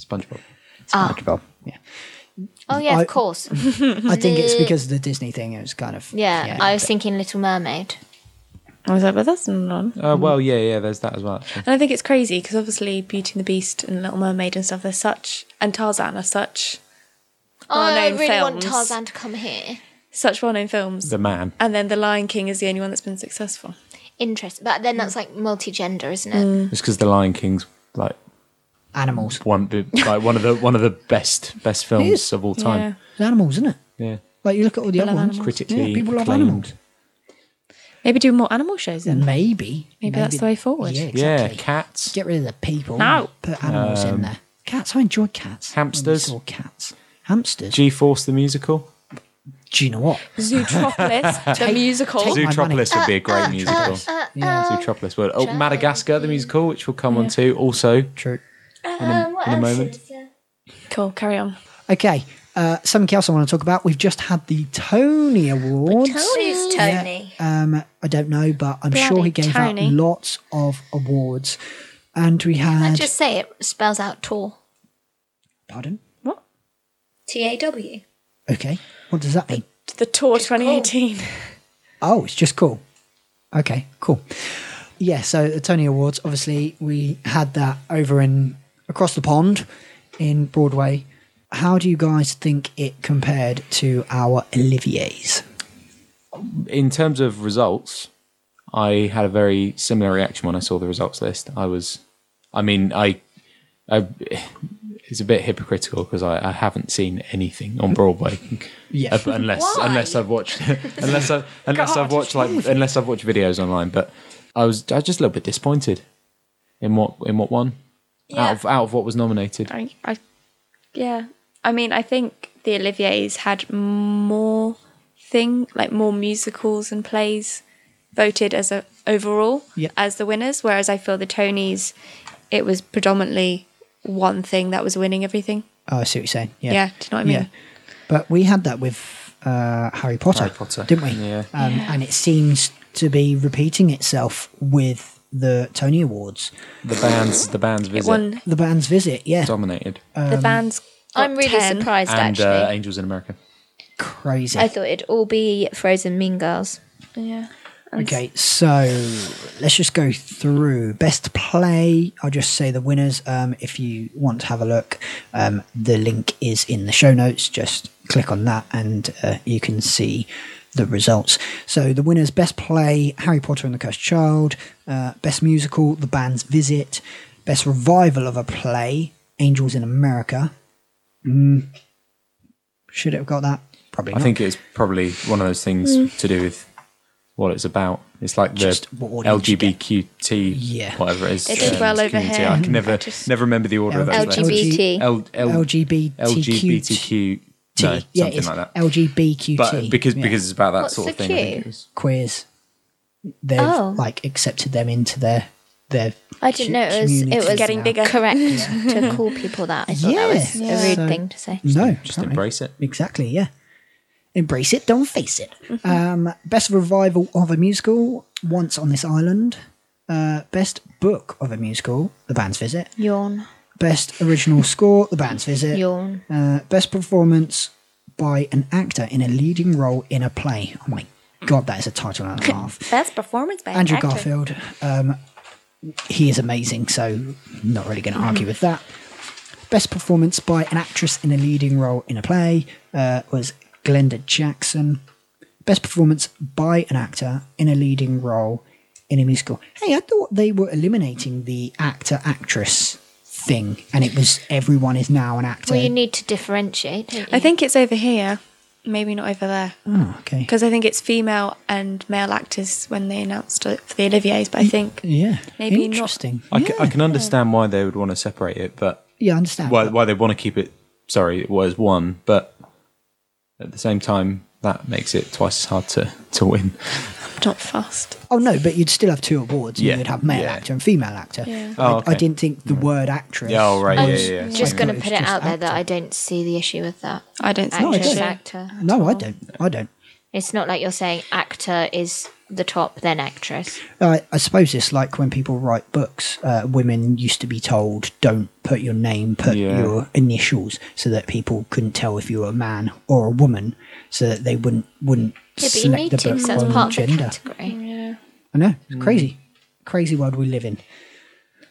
[SPEAKER 2] SpongeBob.
[SPEAKER 1] SpongeBob. Yeah.
[SPEAKER 3] Oh yeah,
[SPEAKER 1] I-
[SPEAKER 3] of course.
[SPEAKER 1] I think it's
[SPEAKER 3] The-
[SPEAKER 1] because of the Disney thing. It was kind of
[SPEAKER 3] Yeah, I was
[SPEAKER 1] but-
[SPEAKER 3] thinking Little Mermaid.
[SPEAKER 4] I was like, but that's not on.
[SPEAKER 1] Hmm.
[SPEAKER 2] Uh, well, yeah, yeah. There's that as well. Actually.
[SPEAKER 4] And I think it's crazy because obviously Beauty and the Beast and Little Mermaid and stuff, they're such, and Tarzan are such,
[SPEAKER 3] Oh, I
[SPEAKER 4] Well-known
[SPEAKER 3] really want
[SPEAKER 4] films.
[SPEAKER 3] Tarzan to come here.
[SPEAKER 4] such well known films.
[SPEAKER 2] The man.
[SPEAKER 4] and then The Lion King is the only one that's been successful.
[SPEAKER 3] Interest, but then that's like multi-gender, isn't it?
[SPEAKER 2] It's because the Lion King's like
[SPEAKER 1] animals.
[SPEAKER 2] one, like one of the one of the best best films of all time.
[SPEAKER 1] It's animals, isn't it?
[SPEAKER 2] Yeah,
[SPEAKER 1] Like you look at all the other
[SPEAKER 4] love
[SPEAKER 1] ones.
[SPEAKER 4] animals.
[SPEAKER 2] critically
[SPEAKER 1] Yeah, people love
[SPEAKER 2] acclaimed.
[SPEAKER 1] animals.
[SPEAKER 4] Maybe do more animal shows then.
[SPEAKER 1] Maybe.
[SPEAKER 4] Maybe that's the way forward.
[SPEAKER 1] Yeah,
[SPEAKER 2] Yeah,
[SPEAKER 1] exactly.
[SPEAKER 2] cats. Um,
[SPEAKER 1] Get rid of the people.
[SPEAKER 4] No.
[SPEAKER 1] Put animals in there. Cats. I enjoy cats. when we
[SPEAKER 2] Hamsters.
[SPEAKER 1] saw cats. Hamsters.
[SPEAKER 2] G-force the musical.
[SPEAKER 1] Do you know what?
[SPEAKER 4] Zootropolis, the musical.
[SPEAKER 1] take- Oh, my money. Uh,
[SPEAKER 2] Zootropolis would be a great musical.
[SPEAKER 1] Yeah.
[SPEAKER 2] Zootropolis would.
[SPEAKER 1] uh,
[SPEAKER 2] Oh, Madagascar the musical, which we'll come on to also
[SPEAKER 1] True.
[SPEAKER 3] Um, what
[SPEAKER 2] in a
[SPEAKER 3] else
[SPEAKER 2] moment.
[SPEAKER 3] is there?
[SPEAKER 4] Cool, carry on.
[SPEAKER 1] Okay. Uh, something else I want to talk about. We've just had the Tony Awards.
[SPEAKER 3] Who's Tony?
[SPEAKER 1] Um, I don't know, but I'm
[SPEAKER 4] Bloody
[SPEAKER 1] sure he gave
[SPEAKER 4] Tony.
[SPEAKER 1] out lots of awards. And we had.
[SPEAKER 3] Just say it spells out Tor.
[SPEAKER 1] Pardon?
[SPEAKER 4] What?
[SPEAKER 3] T A W.
[SPEAKER 1] Okay. What does that mean?
[SPEAKER 4] The tour 2018.
[SPEAKER 1] Oh, it's just cool. Okay, cool. Yeah, so the Tony Awards, obviously, we had that over in across the pond in Broadway. How do you guys think it compared to our Olivier's?
[SPEAKER 2] in terms of results, I had a very similar reaction when I saw the results list. I was, I mean, I, I it's a bit hypocritical because I, I haven't seen anything on Broadway.
[SPEAKER 1] Yeah.
[SPEAKER 2] Uh, unless
[SPEAKER 3] Why?
[SPEAKER 2] unless I've watched unless I unless I've watched like unless I've watched videos online. But I was I was just a little bit disappointed in what in what won
[SPEAKER 3] Yeah.
[SPEAKER 2] out of out of what was nominated.
[SPEAKER 4] I, I, yeah. I mean, I think the Olivier's had more thing, like more musicals and plays voted as a overall
[SPEAKER 1] Yeah.
[SPEAKER 4] as the winners, whereas I feel the Tonys, it was predominantly one thing that was winning everything.
[SPEAKER 1] Oh, I see what you're saying. Yeah.
[SPEAKER 4] Yeah, do you know what I mean?
[SPEAKER 1] Yeah. But we had that with uh, Harry Potter,
[SPEAKER 2] Harry Potter,
[SPEAKER 1] didn't we?
[SPEAKER 2] yeah.
[SPEAKER 1] Um, And it seems to be repeating itself with the Tony Awards.
[SPEAKER 2] The bands the bands
[SPEAKER 4] It
[SPEAKER 2] visit
[SPEAKER 4] won
[SPEAKER 1] The band's visit, yeah.
[SPEAKER 2] dominated
[SPEAKER 1] Um,
[SPEAKER 4] the band's. got
[SPEAKER 3] I'm really
[SPEAKER 4] 10.
[SPEAKER 3] surprised
[SPEAKER 2] and
[SPEAKER 3] actually.
[SPEAKER 2] uh, Angels in America.
[SPEAKER 1] Crazy.
[SPEAKER 3] I thought it'd all be Frozen Mean Girls.
[SPEAKER 4] Yeah.
[SPEAKER 1] Okay, so let's just go through best play. I'll just say the winners. Um, if you want to have a look, um, the link is in the show notes. Just click on that, and uh, you can see the results. So the winners: best play, Harry Potter and the Cursed Child. Uh, best musical, The Band's Visit. Best revival of a play, Angels in America. Mm, should it have got that? Probably.
[SPEAKER 2] I
[SPEAKER 1] not.
[SPEAKER 2] think it's probably one of those things
[SPEAKER 4] Hmm.
[SPEAKER 2] to do with what it's about. It's like the
[SPEAKER 1] Just what audience you get.
[SPEAKER 2] LGBTQT,
[SPEAKER 1] Yeah.
[SPEAKER 2] whatever it is. um,
[SPEAKER 4] They did well over
[SPEAKER 2] community.
[SPEAKER 4] here.
[SPEAKER 2] I can never
[SPEAKER 4] I just-
[SPEAKER 2] never remember the order of those
[SPEAKER 1] LGBT.
[SPEAKER 2] letters.
[SPEAKER 3] LGBT.
[SPEAKER 2] L- L-
[SPEAKER 1] LGBTQ.
[SPEAKER 2] LGBTQ. No,
[SPEAKER 1] yeah,
[SPEAKER 2] something
[SPEAKER 1] it's
[SPEAKER 2] like that.
[SPEAKER 1] LGBTQT.
[SPEAKER 2] But because
[SPEAKER 1] yeah.
[SPEAKER 2] because it's about that
[SPEAKER 3] What's
[SPEAKER 2] sort of
[SPEAKER 3] the
[SPEAKER 2] thing. I think
[SPEAKER 3] Q?
[SPEAKER 2] it was-
[SPEAKER 1] queers. They've
[SPEAKER 3] Oh.
[SPEAKER 1] like accepted them into their their.
[SPEAKER 3] I didn't know it was it
[SPEAKER 1] community
[SPEAKER 3] was
[SPEAKER 4] Getting
[SPEAKER 1] now.
[SPEAKER 4] bigger.
[SPEAKER 3] correct to call people that. I thought
[SPEAKER 1] Yeah.
[SPEAKER 3] that was
[SPEAKER 1] Yeah.
[SPEAKER 3] a rude
[SPEAKER 1] So-
[SPEAKER 3] thing to say.
[SPEAKER 1] No,
[SPEAKER 2] Just
[SPEAKER 1] apparently.
[SPEAKER 2] embrace it.
[SPEAKER 1] Exactly, yeah. Embrace it, don't face it.
[SPEAKER 3] Mm-hmm.
[SPEAKER 1] Um, best revival of a musical, Once on This Island. Uh, best book of a musical, The Band's Visit.
[SPEAKER 3] Yawn.
[SPEAKER 1] Best original score, The Band's Visit.
[SPEAKER 3] Yawn.
[SPEAKER 1] Uh, best performance by an actor in a leading role in a play. Oh my God, that is a title and a half.
[SPEAKER 4] Best performance by an
[SPEAKER 1] Andrew
[SPEAKER 4] actor.
[SPEAKER 1] Garfield, um, he is amazing, so not really going to
[SPEAKER 4] Mm-hmm.
[SPEAKER 1] argue with that. Best performance by an actress in a leading role in a play uh, was Glenda Jackson. Best performance by an actor in a leading role in a musical. Hey, I thought they were eliminating the actor actress thing, and it was everyone is now an actor.
[SPEAKER 3] Well, you need to differentiate. Don't you?
[SPEAKER 4] I think it's over here, maybe not over there,
[SPEAKER 1] oh, okay.
[SPEAKER 4] because I think it's female and male actors when they announced it for the Olivier's. But I think
[SPEAKER 1] Yeah,
[SPEAKER 4] Maybe not-
[SPEAKER 1] interesting.
[SPEAKER 2] I,
[SPEAKER 1] yeah. Uh-huh.
[SPEAKER 2] c- I can understand why they would want to separate it, but
[SPEAKER 1] yeah, I understand.
[SPEAKER 2] why,
[SPEAKER 1] but-
[SPEAKER 2] why they want to keep it. Sorry, it was one, but at the same time, that makes it twice as hard to, to win.
[SPEAKER 4] not fast.
[SPEAKER 1] Oh no, but you'd still have two awards.
[SPEAKER 2] Yeah,
[SPEAKER 1] You would have male
[SPEAKER 2] yeah.
[SPEAKER 1] actor and female actor.
[SPEAKER 4] Yeah.
[SPEAKER 2] Oh,
[SPEAKER 1] I,
[SPEAKER 2] okay.
[SPEAKER 1] I didn't think the word actress.
[SPEAKER 2] Yeah, oh, right,
[SPEAKER 1] was-
[SPEAKER 3] Um,
[SPEAKER 2] yeah, yeah, yeah.
[SPEAKER 3] just
[SPEAKER 1] I
[SPEAKER 3] going
[SPEAKER 1] thought
[SPEAKER 3] to
[SPEAKER 1] was
[SPEAKER 3] put it
[SPEAKER 1] just
[SPEAKER 3] out there that
[SPEAKER 1] actor.
[SPEAKER 3] I don't see the issue with that.
[SPEAKER 4] I don't think
[SPEAKER 1] I
[SPEAKER 3] Actress,
[SPEAKER 1] don't.
[SPEAKER 3] actor.
[SPEAKER 1] No, I don't. I don't.
[SPEAKER 3] It's not like you're saying actor is the top, then actress.
[SPEAKER 1] I, I suppose it's like when people write books. Uh, women used to be told, "Don't put your name, put
[SPEAKER 2] Yeah.
[SPEAKER 1] your initials," so that people couldn't tell if you were a man or a woman, so that they wouldn't wouldn't
[SPEAKER 3] Yeah, but you
[SPEAKER 1] select
[SPEAKER 3] need
[SPEAKER 1] the
[SPEAKER 3] to,
[SPEAKER 1] book
[SPEAKER 3] 'cause that's
[SPEAKER 1] on
[SPEAKER 3] part of the
[SPEAKER 1] gender.
[SPEAKER 3] category.
[SPEAKER 4] Yeah.
[SPEAKER 1] I know. It's crazy. Crazy world we live in.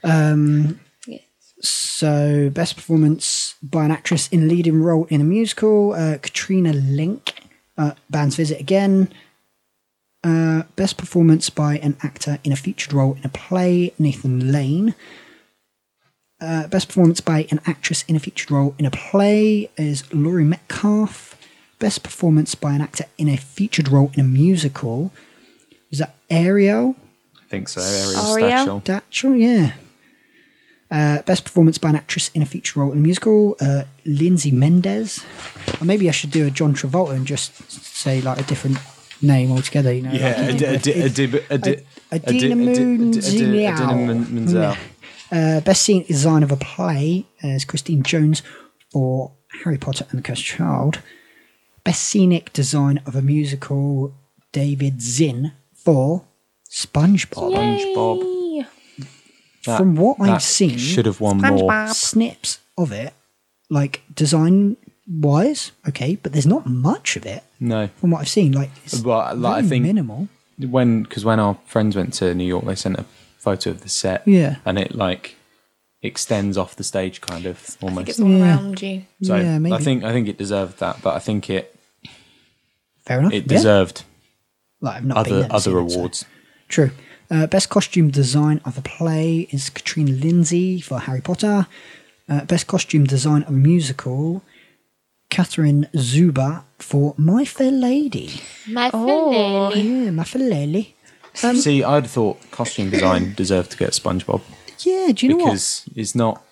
[SPEAKER 1] Um,
[SPEAKER 4] Yes.
[SPEAKER 1] So, best performance by an actress in a leading role in a musical, uh, Katrina Link, uh, Band's Visit Again. Uh, best performance by an actor in a featured role in a play, Nathan Lane. Uh, best performance by an actress in a featured role in a play is Laurie Metcalf. Best performance by an actor in a featured role in a musical was that Ariel
[SPEAKER 2] I think so. Ariel
[SPEAKER 4] Ariel?
[SPEAKER 2] Stachel.
[SPEAKER 1] Datchel? Yeah. Uh, best performance by an actress in a feature role in a musical, uh, Lindsay Mendez. Or maybe I should do a John Travolta and just say like a different name altogether. You know,
[SPEAKER 2] Yeah,
[SPEAKER 1] like,
[SPEAKER 2] Ad- Ad- Adib- Adi- Adi- Adi-
[SPEAKER 1] Adina
[SPEAKER 2] Adi- Adi-
[SPEAKER 1] Menzel.
[SPEAKER 2] Adina Men- Menzel.
[SPEAKER 1] Uh, best scene design of a play uh, is Christine Jones for Harry Potter and the Cursed Child. Best scenic design of a musical, David Zinn for SpongeBob.
[SPEAKER 2] SpongeBob.
[SPEAKER 4] Yay.
[SPEAKER 2] That-
[SPEAKER 1] From what
[SPEAKER 2] that
[SPEAKER 1] I've seen,
[SPEAKER 2] should have won more.
[SPEAKER 4] SpongeBob.
[SPEAKER 1] snips of it, like design wise, okay, but there's not much of it
[SPEAKER 2] No,
[SPEAKER 1] from what I've seen. Like, it's
[SPEAKER 2] But, like, I
[SPEAKER 1] very
[SPEAKER 2] think-
[SPEAKER 1] minimal.
[SPEAKER 2] when because when our friends went to New York, they sent a photo of the set.
[SPEAKER 1] Yeah.
[SPEAKER 2] and it like extends off the stage, kind of
[SPEAKER 4] I
[SPEAKER 2] almost.
[SPEAKER 4] think it's all around you.
[SPEAKER 2] so
[SPEAKER 1] yeah, maybe.
[SPEAKER 2] I think I think it deserved that, but I think it
[SPEAKER 1] Fair enough.
[SPEAKER 2] it
[SPEAKER 1] yeah.
[SPEAKER 2] deserved
[SPEAKER 1] Like, I've not been
[SPEAKER 2] other
[SPEAKER 1] there to see
[SPEAKER 2] other
[SPEAKER 1] it, so-
[SPEAKER 2] awards.
[SPEAKER 1] True. Uh, best costume design of a play is Katrina Lindsay for Harry Potter. Uh, best costume design of a musical, Catherine Zuba for My Fair Lady.
[SPEAKER 3] My
[SPEAKER 4] Oh.
[SPEAKER 3] Lily.
[SPEAKER 1] Yeah, My Fair Lady.
[SPEAKER 2] See, I'd thought costume design deserved to get SpongeBob
[SPEAKER 1] Yeah, do you know what?
[SPEAKER 2] because it's not.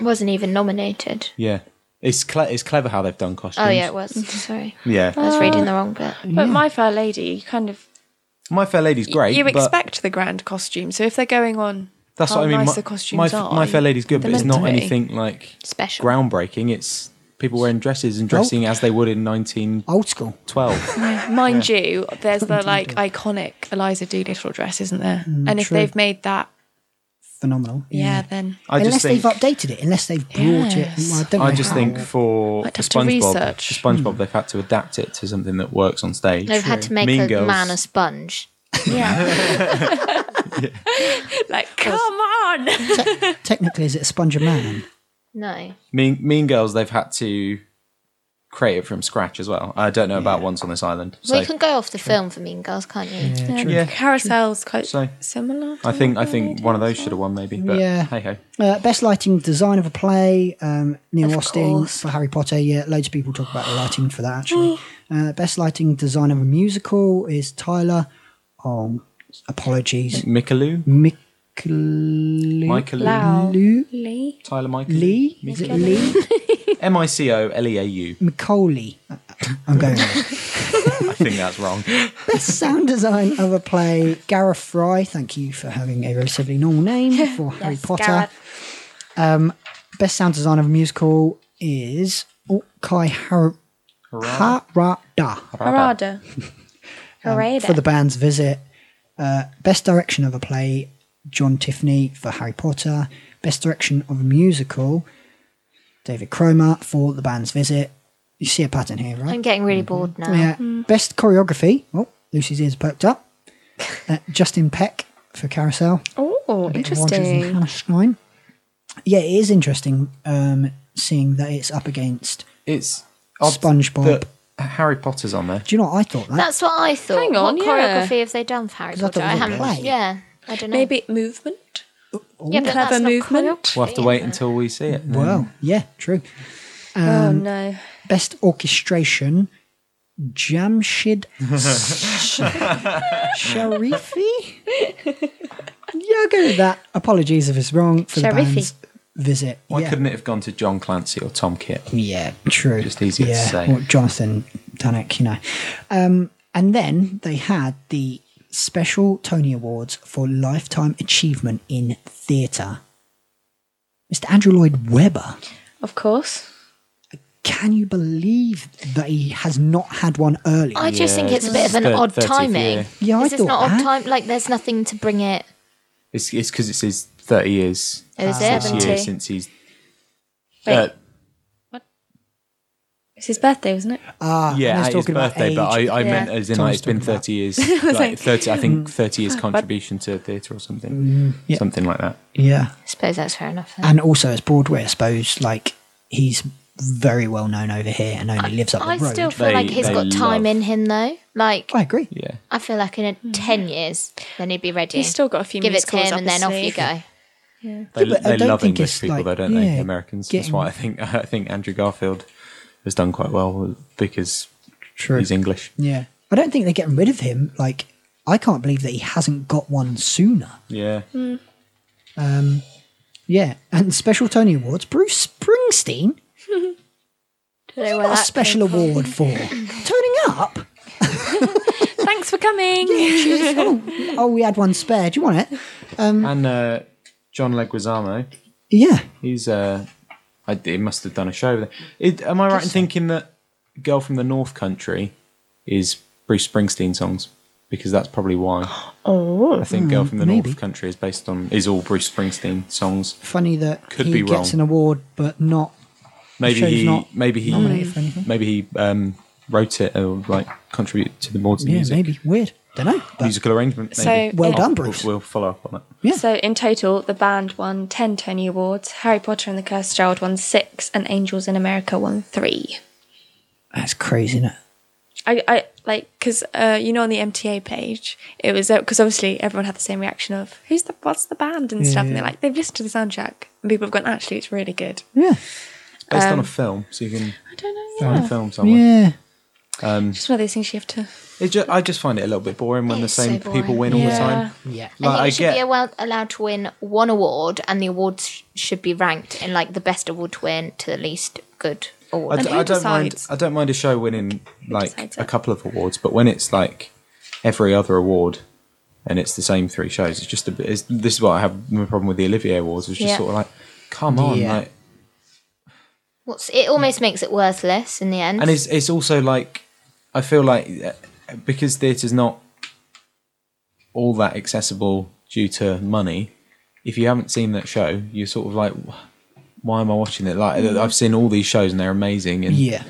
[SPEAKER 3] Wasn't even nominated.
[SPEAKER 2] Yeah, it's cle- it's clever how they've done costumes.
[SPEAKER 3] Oh yeah, it was. Sorry, Uh, I
[SPEAKER 2] yeah.
[SPEAKER 3] was reading the wrong bit.
[SPEAKER 4] But My Fair Lady, you kind of
[SPEAKER 2] My Fair Lady's great.
[SPEAKER 4] you
[SPEAKER 2] but-
[SPEAKER 4] expect the grand costume. So if they're going on
[SPEAKER 2] That's
[SPEAKER 4] how
[SPEAKER 2] what I mean.
[SPEAKER 4] nice
[SPEAKER 2] my,
[SPEAKER 4] the costumes
[SPEAKER 2] my, F-
[SPEAKER 4] are.
[SPEAKER 2] My Fair Lady's good, but
[SPEAKER 4] they're
[SPEAKER 2] it's
[SPEAKER 4] meant to
[SPEAKER 2] not
[SPEAKER 4] be.
[SPEAKER 2] anything like
[SPEAKER 3] Special.
[SPEAKER 2] groundbreaking. It's people wearing dresses and dressing as they would in 1912.
[SPEAKER 1] Old school.
[SPEAKER 4] Mind you, there's the like iconic Eliza Doolittle dress, isn't there? and if
[SPEAKER 1] true.
[SPEAKER 4] they've made that,
[SPEAKER 1] Phenomenal.
[SPEAKER 4] Mm, yeah, then
[SPEAKER 2] I
[SPEAKER 1] unless
[SPEAKER 2] just think.
[SPEAKER 1] they've updated it, unless they've brought it.
[SPEAKER 4] Yes.
[SPEAKER 1] well, I don't know
[SPEAKER 2] I just
[SPEAKER 1] how.
[SPEAKER 2] think for,
[SPEAKER 4] I'd
[SPEAKER 2] for
[SPEAKER 4] have to
[SPEAKER 2] SpongeBob,
[SPEAKER 4] research.
[SPEAKER 2] for
[SPEAKER 1] Hmm.
[SPEAKER 2] SpongeBob, they've had to adapt it to something that works on stage.
[SPEAKER 3] They've had to make
[SPEAKER 2] Mean
[SPEAKER 3] a
[SPEAKER 2] Girls.
[SPEAKER 3] man a sponge.
[SPEAKER 4] yeah, like come on.
[SPEAKER 1] technically, is it a sponge of man?
[SPEAKER 3] No,
[SPEAKER 2] mean, mean Girls, they've had to create it from scratch as well. I don't know about Once on This Island, so
[SPEAKER 3] well, you can go off the film for Mean Girls, can't you?
[SPEAKER 4] Yeah, Carousel's quite
[SPEAKER 2] So,
[SPEAKER 4] similar. to
[SPEAKER 2] I think
[SPEAKER 4] My
[SPEAKER 2] I
[SPEAKER 4] Fair Lady.
[SPEAKER 2] think one of those should have won maybe. But
[SPEAKER 1] Yeah.
[SPEAKER 2] hey ho,
[SPEAKER 1] Uh, best lighting design of a play, um, Neil
[SPEAKER 4] Of
[SPEAKER 1] Austin
[SPEAKER 4] course.
[SPEAKER 1] for Harry Potter. Yeah, loads of people talk about the lighting for that actually.
[SPEAKER 4] Oh.
[SPEAKER 1] uh, best lighting design of a musical is Tyler. Oh, apologies.
[SPEAKER 2] Mickaloo,
[SPEAKER 1] Michael
[SPEAKER 2] Michaeloo,
[SPEAKER 4] Lau.
[SPEAKER 1] Lou-
[SPEAKER 4] Lee.
[SPEAKER 2] Tyler Michael
[SPEAKER 1] Lee? Is it Lee?
[SPEAKER 2] M I C O L E A U.
[SPEAKER 1] McCauley. I'm going with it.
[SPEAKER 2] I think that's wrong.
[SPEAKER 1] Best sound design of a play, Gareth Fry. Thank you for having a relatively normal name for Harry Potter. Um,
[SPEAKER 4] Gareth.
[SPEAKER 1] Best sound design of a musical is oh, Kai Har- Harada
[SPEAKER 4] Harada.
[SPEAKER 1] for the band's visit. Uh, best direction of a play, John Tiffany for Harry Potter. Best direction of a musical, David Cromer for the band's visit. You see a pattern here, right?
[SPEAKER 3] I'm getting really bored now.
[SPEAKER 1] Yeah. Best Uh, choreography. Oh, Lucy's ears perked up. Uh, Justin Peck for Carousel.
[SPEAKER 4] Oh,
[SPEAKER 1] Bit of Rogers and
[SPEAKER 4] interesting.
[SPEAKER 1] Hammerstein. Yeah, it is interesting um, seeing that it's up against.
[SPEAKER 2] It's odd
[SPEAKER 1] SpongeBob.
[SPEAKER 2] that Harry Potter's on there.
[SPEAKER 1] Do you know what I thought? That
[SPEAKER 3] That's what I thought.
[SPEAKER 4] Hang on,
[SPEAKER 3] what
[SPEAKER 4] yeah.
[SPEAKER 3] choreography have they done for Harry
[SPEAKER 1] 'Cause I thought
[SPEAKER 3] Potter?
[SPEAKER 1] it
[SPEAKER 3] I
[SPEAKER 1] was a
[SPEAKER 3] haven't.
[SPEAKER 1] play.
[SPEAKER 3] Yeah, I don't know.
[SPEAKER 4] Maybe movement.
[SPEAKER 3] yeah, but
[SPEAKER 4] clever
[SPEAKER 3] that's not
[SPEAKER 4] movement.
[SPEAKER 3] choreography,
[SPEAKER 2] We'll have to
[SPEAKER 3] is
[SPEAKER 2] wait
[SPEAKER 3] it?
[SPEAKER 2] until we see it.
[SPEAKER 1] well, yeah, true.
[SPEAKER 4] oh no.
[SPEAKER 1] Best orchestration, Jamshid Sharifi. Yeah, I'll go with that. Apologies if it's wrong for the
[SPEAKER 3] Sharifi.
[SPEAKER 1] band's visit.
[SPEAKER 2] Why
[SPEAKER 1] yeah.
[SPEAKER 2] couldn't it have gone to John Clancy or Tom Kitt?
[SPEAKER 1] Yeah, true.
[SPEAKER 2] Just easier to
[SPEAKER 1] yeah,
[SPEAKER 2] say.
[SPEAKER 1] Or Jonathan Tannock, you know. Um, and then they had the special Tony Awards for Lifetime Achievement in Theatre. Mr. Andrew Lloyd Webber.
[SPEAKER 4] Of course.
[SPEAKER 1] Can you believe that he has not had one earlier?
[SPEAKER 3] I just think
[SPEAKER 2] Yeah,
[SPEAKER 3] it's a bit
[SPEAKER 2] it's
[SPEAKER 3] of an
[SPEAKER 2] thir-
[SPEAKER 3] odd
[SPEAKER 2] 30th
[SPEAKER 3] timing.
[SPEAKER 2] year.
[SPEAKER 1] Yeah, I
[SPEAKER 3] Is this
[SPEAKER 1] thought
[SPEAKER 3] not odd
[SPEAKER 1] that.
[SPEAKER 3] time? Like, there's nothing to bring it.
[SPEAKER 2] It's it's because it's his thirty years,
[SPEAKER 3] Is it?
[SPEAKER 2] six years since he's.
[SPEAKER 4] Wait.
[SPEAKER 2] Uh,
[SPEAKER 4] It's his birthday, wasn't it?
[SPEAKER 1] Ah, and I
[SPEAKER 2] yeah,
[SPEAKER 1] was
[SPEAKER 2] at his
[SPEAKER 1] talking about
[SPEAKER 2] birthday, but
[SPEAKER 1] age.
[SPEAKER 2] I, I
[SPEAKER 4] Yeah.
[SPEAKER 2] meant as in
[SPEAKER 1] Tom
[SPEAKER 2] like,
[SPEAKER 1] was
[SPEAKER 2] it's been
[SPEAKER 1] talking about-
[SPEAKER 2] thirty years, like,
[SPEAKER 4] like, mm.
[SPEAKER 2] thirty. I think thirty years contribution to theatre or something,
[SPEAKER 1] Mm, yeah.
[SPEAKER 2] something like that.
[SPEAKER 1] yeah.
[SPEAKER 3] I suppose that's fair enough. then.
[SPEAKER 1] And also, as Broadway, I suppose, like, he's very well known over here and only lives up the
[SPEAKER 3] I
[SPEAKER 1] road.
[SPEAKER 3] still feel
[SPEAKER 2] They-
[SPEAKER 3] like he's
[SPEAKER 2] they
[SPEAKER 3] got time
[SPEAKER 2] love-
[SPEAKER 3] in him though. Like,
[SPEAKER 1] I agree.
[SPEAKER 2] Yeah,
[SPEAKER 3] I feel like in a, ten years, then he'd be ready.
[SPEAKER 4] He's still got a few
[SPEAKER 3] Give it to
[SPEAKER 4] musicals
[SPEAKER 3] him,
[SPEAKER 4] up
[SPEAKER 3] and
[SPEAKER 4] his
[SPEAKER 3] then off you
[SPEAKER 4] sleeve.
[SPEAKER 3] go.
[SPEAKER 2] they,
[SPEAKER 1] but I
[SPEAKER 2] they
[SPEAKER 1] don't
[SPEAKER 2] love
[SPEAKER 1] think
[SPEAKER 2] English
[SPEAKER 1] it's
[SPEAKER 2] people,
[SPEAKER 1] like-
[SPEAKER 2] though, don't
[SPEAKER 1] yeah,
[SPEAKER 2] they? Americans. That's
[SPEAKER 1] getting-
[SPEAKER 2] why I think I think Andrew Garfield has done quite well because
[SPEAKER 1] True.
[SPEAKER 2] he's English.
[SPEAKER 1] Yeah. I don't think they're getting rid of him. Like, I can't believe that he hasn't got one sooner.
[SPEAKER 2] Yeah,
[SPEAKER 1] Mm. Yeah. And special Tony Awards, Bruce Springsteen
[SPEAKER 3] Don't know where
[SPEAKER 1] got a
[SPEAKER 3] that
[SPEAKER 1] special
[SPEAKER 3] came from.
[SPEAKER 1] award for turning up.
[SPEAKER 4] Thanks for coming.
[SPEAKER 1] Oh, we had one spare. Do you want it?
[SPEAKER 2] and uh, John Leguizamo.
[SPEAKER 1] Yeah.
[SPEAKER 2] He's uh, I, he must have done a show. There. It, am I right in thinking that "Girl from the North Country" is Bruce Springsteen songs? Because that's probably why. Oh, I think "Girl from the
[SPEAKER 1] maybe.
[SPEAKER 2] North Country" is based on is all Bruce Springsteen songs.
[SPEAKER 1] Funny that
[SPEAKER 2] Could
[SPEAKER 1] he
[SPEAKER 2] be
[SPEAKER 1] gets an
[SPEAKER 2] wrong.
[SPEAKER 1] award, but not.
[SPEAKER 2] Maybe
[SPEAKER 1] show's
[SPEAKER 2] he,
[SPEAKER 1] not
[SPEAKER 2] maybe
[SPEAKER 4] Hmm.
[SPEAKER 2] he,
[SPEAKER 1] nominated for anything.
[SPEAKER 2] maybe he um, wrote it or like contributed to the more to the
[SPEAKER 1] Yeah,
[SPEAKER 2] music,
[SPEAKER 1] maybe. Weird. Don't know. But
[SPEAKER 2] musical arrangement.
[SPEAKER 4] So-
[SPEAKER 2] Maybe.
[SPEAKER 1] well
[SPEAKER 4] Yeah.
[SPEAKER 1] done,
[SPEAKER 2] We'll,
[SPEAKER 1] Bruce.
[SPEAKER 2] we'll follow up on it.
[SPEAKER 1] Yeah.
[SPEAKER 4] So in total, the band won ten Tony Awards. Harry Potter and the Cursed Child won six, and Angels in America won three.
[SPEAKER 1] That's crazy, is
[SPEAKER 4] I, I like because uh, you know on the MTA page it was because obviously everyone had the same reaction of who's the what's the band and stuff and they're like they've listened to the soundtrack and people have gone actually it's really good
[SPEAKER 1] Yeah.
[SPEAKER 2] Based
[SPEAKER 3] Um,
[SPEAKER 2] on a film, so you can
[SPEAKER 4] I don't know
[SPEAKER 2] find
[SPEAKER 4] yeah
[SPEAKER 2] a film somewhere.
[SPEAKER 1] Yeah.
[SPEAKER 4] just one of those things you have to
[SPEAKER 2] It ju- I just find it a little bit boring when
[SPEAKER 3] It's
[SPEAKER 2] the same
[SPEAKER 3] so
[SPEAKER 2] people
[SPEAKER 3] boring.
[SPEAKER 2] win all the
[SPEAKER 4] Yeah.
[SPEAKER 2] time.
[SPEAKER 1] Yeah.
[SPEAKER 3] I think
[SPEAKER 2] Like,
[SPEAKER 3] you
[SPEAKER 2] I
[SPEAKER 3] should
[SPEAKER 2] get-
[SPEAKER 3] be allowed, allowed to win one award, and the awards sh- should be ranked in like the best award to win to the least good award.
[SPEAKER 2] I, d-
[SPEAKER 4] who
[SPEAKER 2] I don't mind.
[SPEAKER 4] decides?
[SPEAKER 2] I don't mind a show winning like
[SPEAKER 4] decides
[SPEAKER 2] a
[SPEAKER 4] that?
[SPEAKER 2] couple of awards, but when it's like every other award and it's the same three shows, it's just a bit. It's, this is what I have my problem with the Olivier Awards. Was just
[SPEAKER 3] Yeah.
[SPEAKER 2] sort of like, come on,
[SPEAKER 1] Yeah.
[SPEAKER 2] like,
[SPEAKER 3] What's it almost makes it worthless in the end.
[SPEAKER 2] and it's it's also like I feel like uh, because theatre's not all that accessible due to money. If you haven't seen that show, you're sort of like, why am I watching it? Like I've seen all these shows and they're amazing, and
[SPEAKER 1] Mm.
[SPEAKER 2] uh,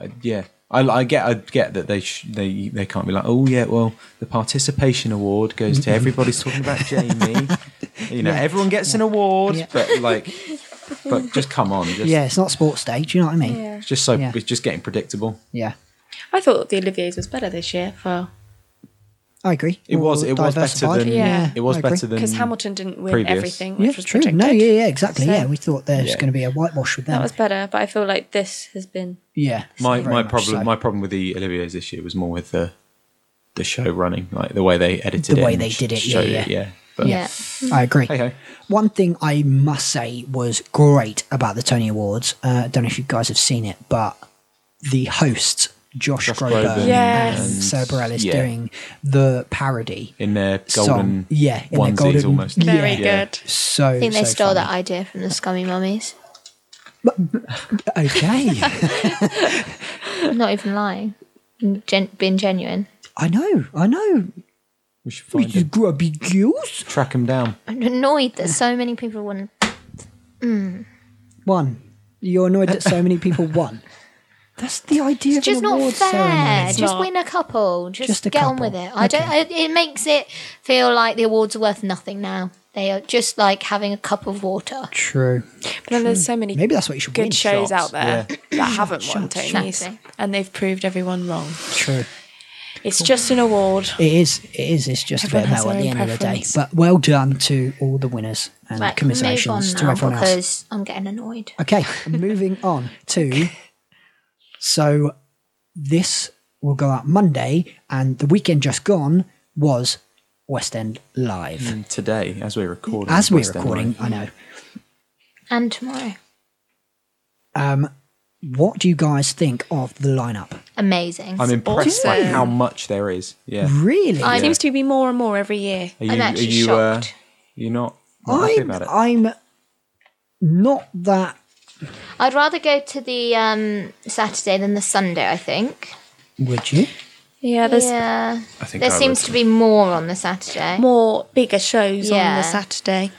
[SPEAKER 1] Yeah.
[SPEAKER 2] Yeah, I, I get I get that they sh- they they can't be like, oh yeah, well the participation award goes to everybody's talking about Jamie. You know, everyone gets an award,
[SPEAKER 1] Yeah.
[SPEAKER 2] but like, but just come on, just
[SPEAKER 1] Yeah. It's not sports day. Do you know what I mean?
[SPEAKER 4] yeah
[SPEAKER 2] it's just so
[SPEAKER 1] Yeah.
[SPEAKER 2] it's just getting predictable.
[SPEAKER 1] Yeah.
[SPEAKER 4] I thought the Olivier's was better this year for
[SPEAKER 1] I agree.
[SPEAKER 2] It was
[SPEAKER 1] More
[SPEAKER 2] it was better
[SPEAKER 1] diversified.
[SPEAKER 2] than
[SPEAKER 4] Yeah.
[SPEAKER 2] it was
[SPEAKER 1] I agree.
[SPEAKER 2] better than
[SPEAKER 4] because Hamilton didn't win
[SPEAKER 2] previous.
[SPEAKER 4] everything which
[SPEAKER 1] yeah,
[SPEAKER 4] was
[SPEAKER 1] true.
[SPEAKER 4] predicted
[SPEAKER 1] No, yeah, yeah, exactly.
[SPEAKER 4] So-
[SPEAKER 1] yeah, we thought there's
[SPEAKER 2] Yeah.
[SPEAKER 1] going to be a whitewash with them.
[SPEAKER 4] that was better but I feel like this has been
[SPEAKER 1] yeah.
[SPEAKER 2] My
[SPEAKER 1] very
[SPEAKER 2] my
[SPEAKER 1] much
[SPEAKER 2] problem
[SPEAKER 1] so.
[SPEAKER 2] my problem with the Olivier's this year was more with the the show running, like the way they edited
[SPEAKER 1] The
[SPEAKER 2] it,
[SPEAKER 1] way
[SPEAKER 2] and
[SPEAKER 1] they
[SPEAKER 2] sh-
[SPEAKER 1] did it, yeah,
[SPEAKER 2] showed
[SPEAKER 1] yeah.
[SPEAKER 2] yeah. But
[SPEAKER 3] yeah.
[SPEAKER 1] I agree.
[SPEAKER 2] hey ho,
[SPEAKER 1] One thing I must say was great about the Tony Awards. Uh, I don't know if you guys have seen it, but the hosts, Josh,
[SPEAKER 2] Josh
[SPEAKER 1] Groban,
[SPEAKER 2] Groban
[SPEAKER 4] Yes.
[SPEAKER 1] and
[SPEAKER 2] and-
[SPEAKER 1] Sir Bareilles
[SPEAKER 2] yeah.
[SPEAKER 1] doing the parody.
[SPEAKER 2] in their golden
[SPEAKER 1] Song. Yeah, in their
[SPEAKER 2] onesies
[SPEAKER 1] golden-
[SPEAKER 2] almost.
[SPEAKER 1] Yeah.
[SPEAKER 4] very
[SPEAKER 2] Yeah.
[SPEAKER 4] good
[SPEAKER 1] So
[SPEAKER 3] I think they
[SPEAKER 1] so
[SPEAKER 3] stole
[SPEAKER 1] funny.
[SPEAKER 3] that idea from the Scummy Mummies.
[SPEAKER 1] Okay,
[SPEAKER 3] I'm not even lying. I'm Gen- being genuine.
[SPEAKER 1] I know, I know.
[SPEAKER 2] We should
[SPEAKER 1] We
[SPEAKER 2] find
[SPEAKER 1] just
[SPEAKER 2] them,
[SPEAKER 1] grubby goose.
[SPEAKER 2] track them down.
[SPEAKER 3] I'm annoyed that so many people won.
[SPEAKER 1] One, you're annoyed that so many people won. That's the idea
[SPEAKER 3] It's
[SPEAKER 1] of
[SPEAKER 3] just
[SPEAKER 1] an
[SPEAKER 3] not
[SPEAKER 1] award
[SPEAKER 3] fair.
[SPEAKER 1] ceremony.
[SPEAKER 3] Just
[SPEAKER 4] not.
[SPEAKER 3] win a couple. Just,
[SPEAKER 1] Just a
[SPEAKER 3] get on
[SPEAKER 1] couple.
[SPEAKER 3] with it. I don't. I, it makes it feel like the awards are worth nothing now. They are just like having a cup of water.
[SPEAKER 1] True.
[SPEAKER 4] But then there's so many
[SPEAKER 1] Maybe that's what you should win,
[SPEAKER 4] good shows
[SPEAKER 1] shots.
[SPEAKER 4] out there that haven't won
[SPEAKER 1] Shots.
[SPEAKER 4] Tony's,
[SPEAKER 3] Exactly.
[SPEAKER 4] and they've proved everyone wrong.
[SPEAKER 1] True.
[SPEAKER 4] It's just an award.
[SPEAKER 1] It is. It is. It's just fair
[SPEAKER 4] Everyone has
[SPEAKER 1] bell at
[SPEAKER 4] their
[SPEAKER 1] the
[SPEAKER 4] own
[SPEAKER 1] end of the day.
[SPEAKER 4] preference.
[SPEAKER 1] But well done to all the winners and
[SPEAKER 3] Right, can we move on
[SPEAKER 1] commiserations to
[SPEAKER 3] now
[SPEAKER 1] everyone else.
[SPEAKER 3] because I'm getting annoyed.
[SPEAKER 1] Okay, moving on to. So, this will go out Monday, and the weekend just gone was West End Live.
[SPEAKER 2] And today, as we're recording,
[SPEAKER 1] As we're
[SPEAKER 2] Mm, West End
[SPEAKER 1] recording,
[SPEAKER 2] Live.
[SPEAKER 1] I know.
[SPEAKER 3] And tomorrow,
[SPEAKER 1] Um, what do you guys think of the lineup?
[SPEAKER 3] amazing.
[SPEAKER 2] I'm impressed by
[SPEAKER 4] awesome.
[SPEAKER 2] how much there is. Yeah,
[SPEAKER 1] Really,
[SPEAKER 4] It seems to be more and more every year.
[SPEAKER 2] are
[SPEAKER 3] I'm actually shocked.
[SPEAKER 2] you not, not happy
[SPEAKER 1] I'm,
[SPEAKER 2] about it?
[SPEAKER 1] I'm not that.
[SPEAKER 3] I'd rather go to the um, Saturday than the Sunday. I think.
[SPEAKER 1] Would you?
[SPEAKER 4] Yeah, there's
[SPEAKER 3] yeah.
[SPEAKER 2] I think
[SPEAKER 3] There
[SPEAKER 2] I
[SPEAKER 3] seems
[SPEAKER 2] would.
[SPEAKER 3] to be more on the Saturday.
[SPEAKER 4] more bigger shows on
[SPEAKER 3] Yeah.
[SPEAKER 4] the Saturday.